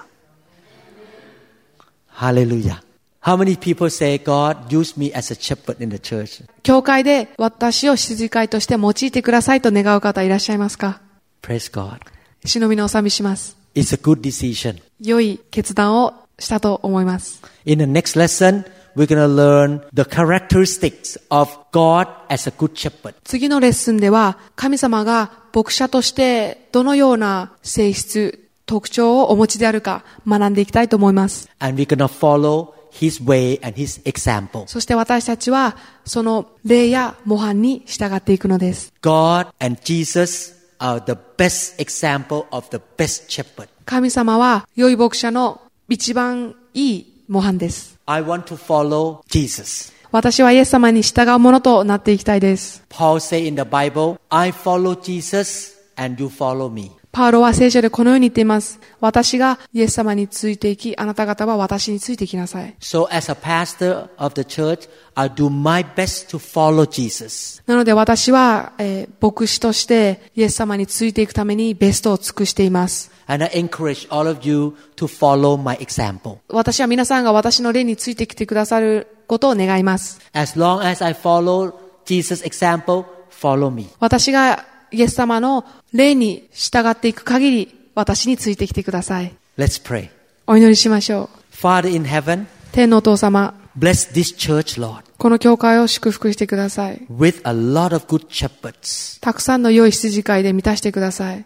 Speaker 2: Hallelujah. How many people say God use me as a shepherd in the church?
Speaker 3: 教会で私を羊飼いとして用いてくださいと願う方いらっしゃいますか
Speaker 2: Praise God.
Speaker 3: 忍びのおさみします。
Speaker 2: It's a good decision.
Speaker 3: 良い決断をしたと思います。
Speaker 2: In the next lesson, we're going to learn the characteristics of God as a good shepherd.
Speaker 3: 次のレッスンでは神様が牧者としてどのような性質、特徴をお持ちであるか学んでいきたいと思います。
Speaker 2: And we're going to follow his way and his example.
Speaker 3: そして私たちはその霊や模範に従っていくのです。
Speaker 2: God and Jesus are the best example of the best shepherd.
Speaker 3: 神様は良い牧者の一番いい模範です。
Speaker 2: I want to follow Jesus.
Speaker 3: 私はイエス様に従うものとなっていきたいです。
Speaker 2: Paul say in the Bible, I follow Jesus and you follow me.
Speaker 3: パウロは聖書でこのように言っています。私がイエス様についていき、あなた方は私についていきなさい。
Speaker 2: So as a pastor of the church, I do my best to follow Jesus.
Speaker 3: なので私は、えー牧師としてイエス様についていくためにベストを尽くしています。
Speaker 2: And I encourage all of you to follow my example.
Speaker 3: 私は皆さんが私の霊についてきてくださることを願います。
Speaker 2: As long as I follow Jesus' example, follow me.
Speaker 3: 私がイエス様の霊に従っていく限り、私についてきてください。
Speaker 2: Let's pray.
Speaker 3: お祈りしましょう。
Speaker 2: Father in heaven,
Speaker 3: 天のお父様、
Speaker 2: bless this church, Lord,
Speaker 3: この教会を祝福してください。
Speaker 2: with a lot of good shepherds.
Speaker 3: たくさんの良い羊飼いで満たしてください。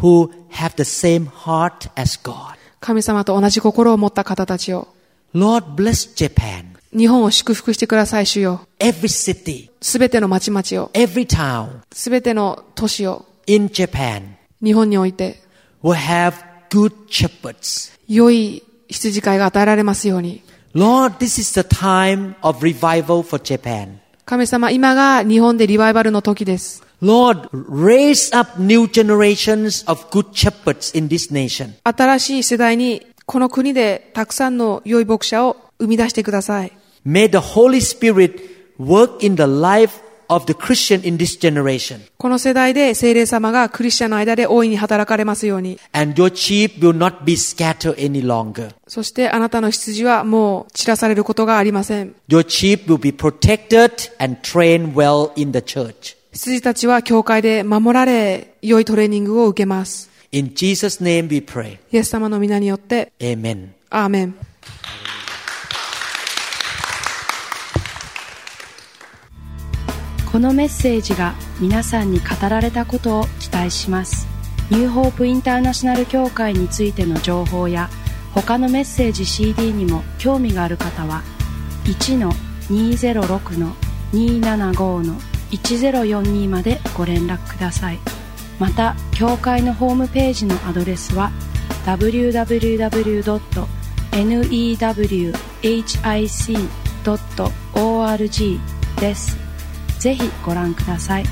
Speaker 2: who have the same heart as God.
Speaker 3: 神様と同じ心を持った方たちを、
Speaker 2: Lord, bless Japan,
Speaker 3: 日本を祝福してください、主よ。
Speaker 2: every city,
Speaker 3: すべての町々を、
Speaker 2: every town
Speaker 3: すべての都市を、
Speaker 2: in Japan
Speaker 3: 日本において、
Speaker 2: will have good shepherds.
Speaker 3: 良い羊飼いが与えられますように。
Speaker 2: Lord, this is the time of revival for Japan.
Speaker 3: 神様、今が日本でリバイバルの時です。
Speaker 2: Lord, raise up new generations of good shepherds in this nation.
Speaker 3: 新しい世代に、この国でたくさんの良い牧者を生み出してください。
Speaker 2: May the Holy Spirit work in the life of the Christian in this generation.
Speaker 3: この世代で聖霊様がクリスチャンの間で大いに働かれますように。
Speaker 2: And your sheep will not be scattered any longer.
Speaker 3: そしてあなたの羊はもう散らされることがありません。
Speaker 2: Your sheep will be protected and trained well in the church.
Speaker 3: 羊たちは教会で守られ、良いトレーニングを受けます。
Speaker 2: In Jesus' name we pray.
Speaker 3: イエス様の皆によって、
Speaker 2: Amen.
Speaker 3: アーメン。
Speaker 1: このメッセージが皆さんに語られたことを期待しますニューホープインターナショナル協会についての情報や他のメッセージ CD にも興味がある方は1-206-275-1042までご連絡くださいまた協会のホームページのアドレスは www.newhic.org ですぜひご覧ください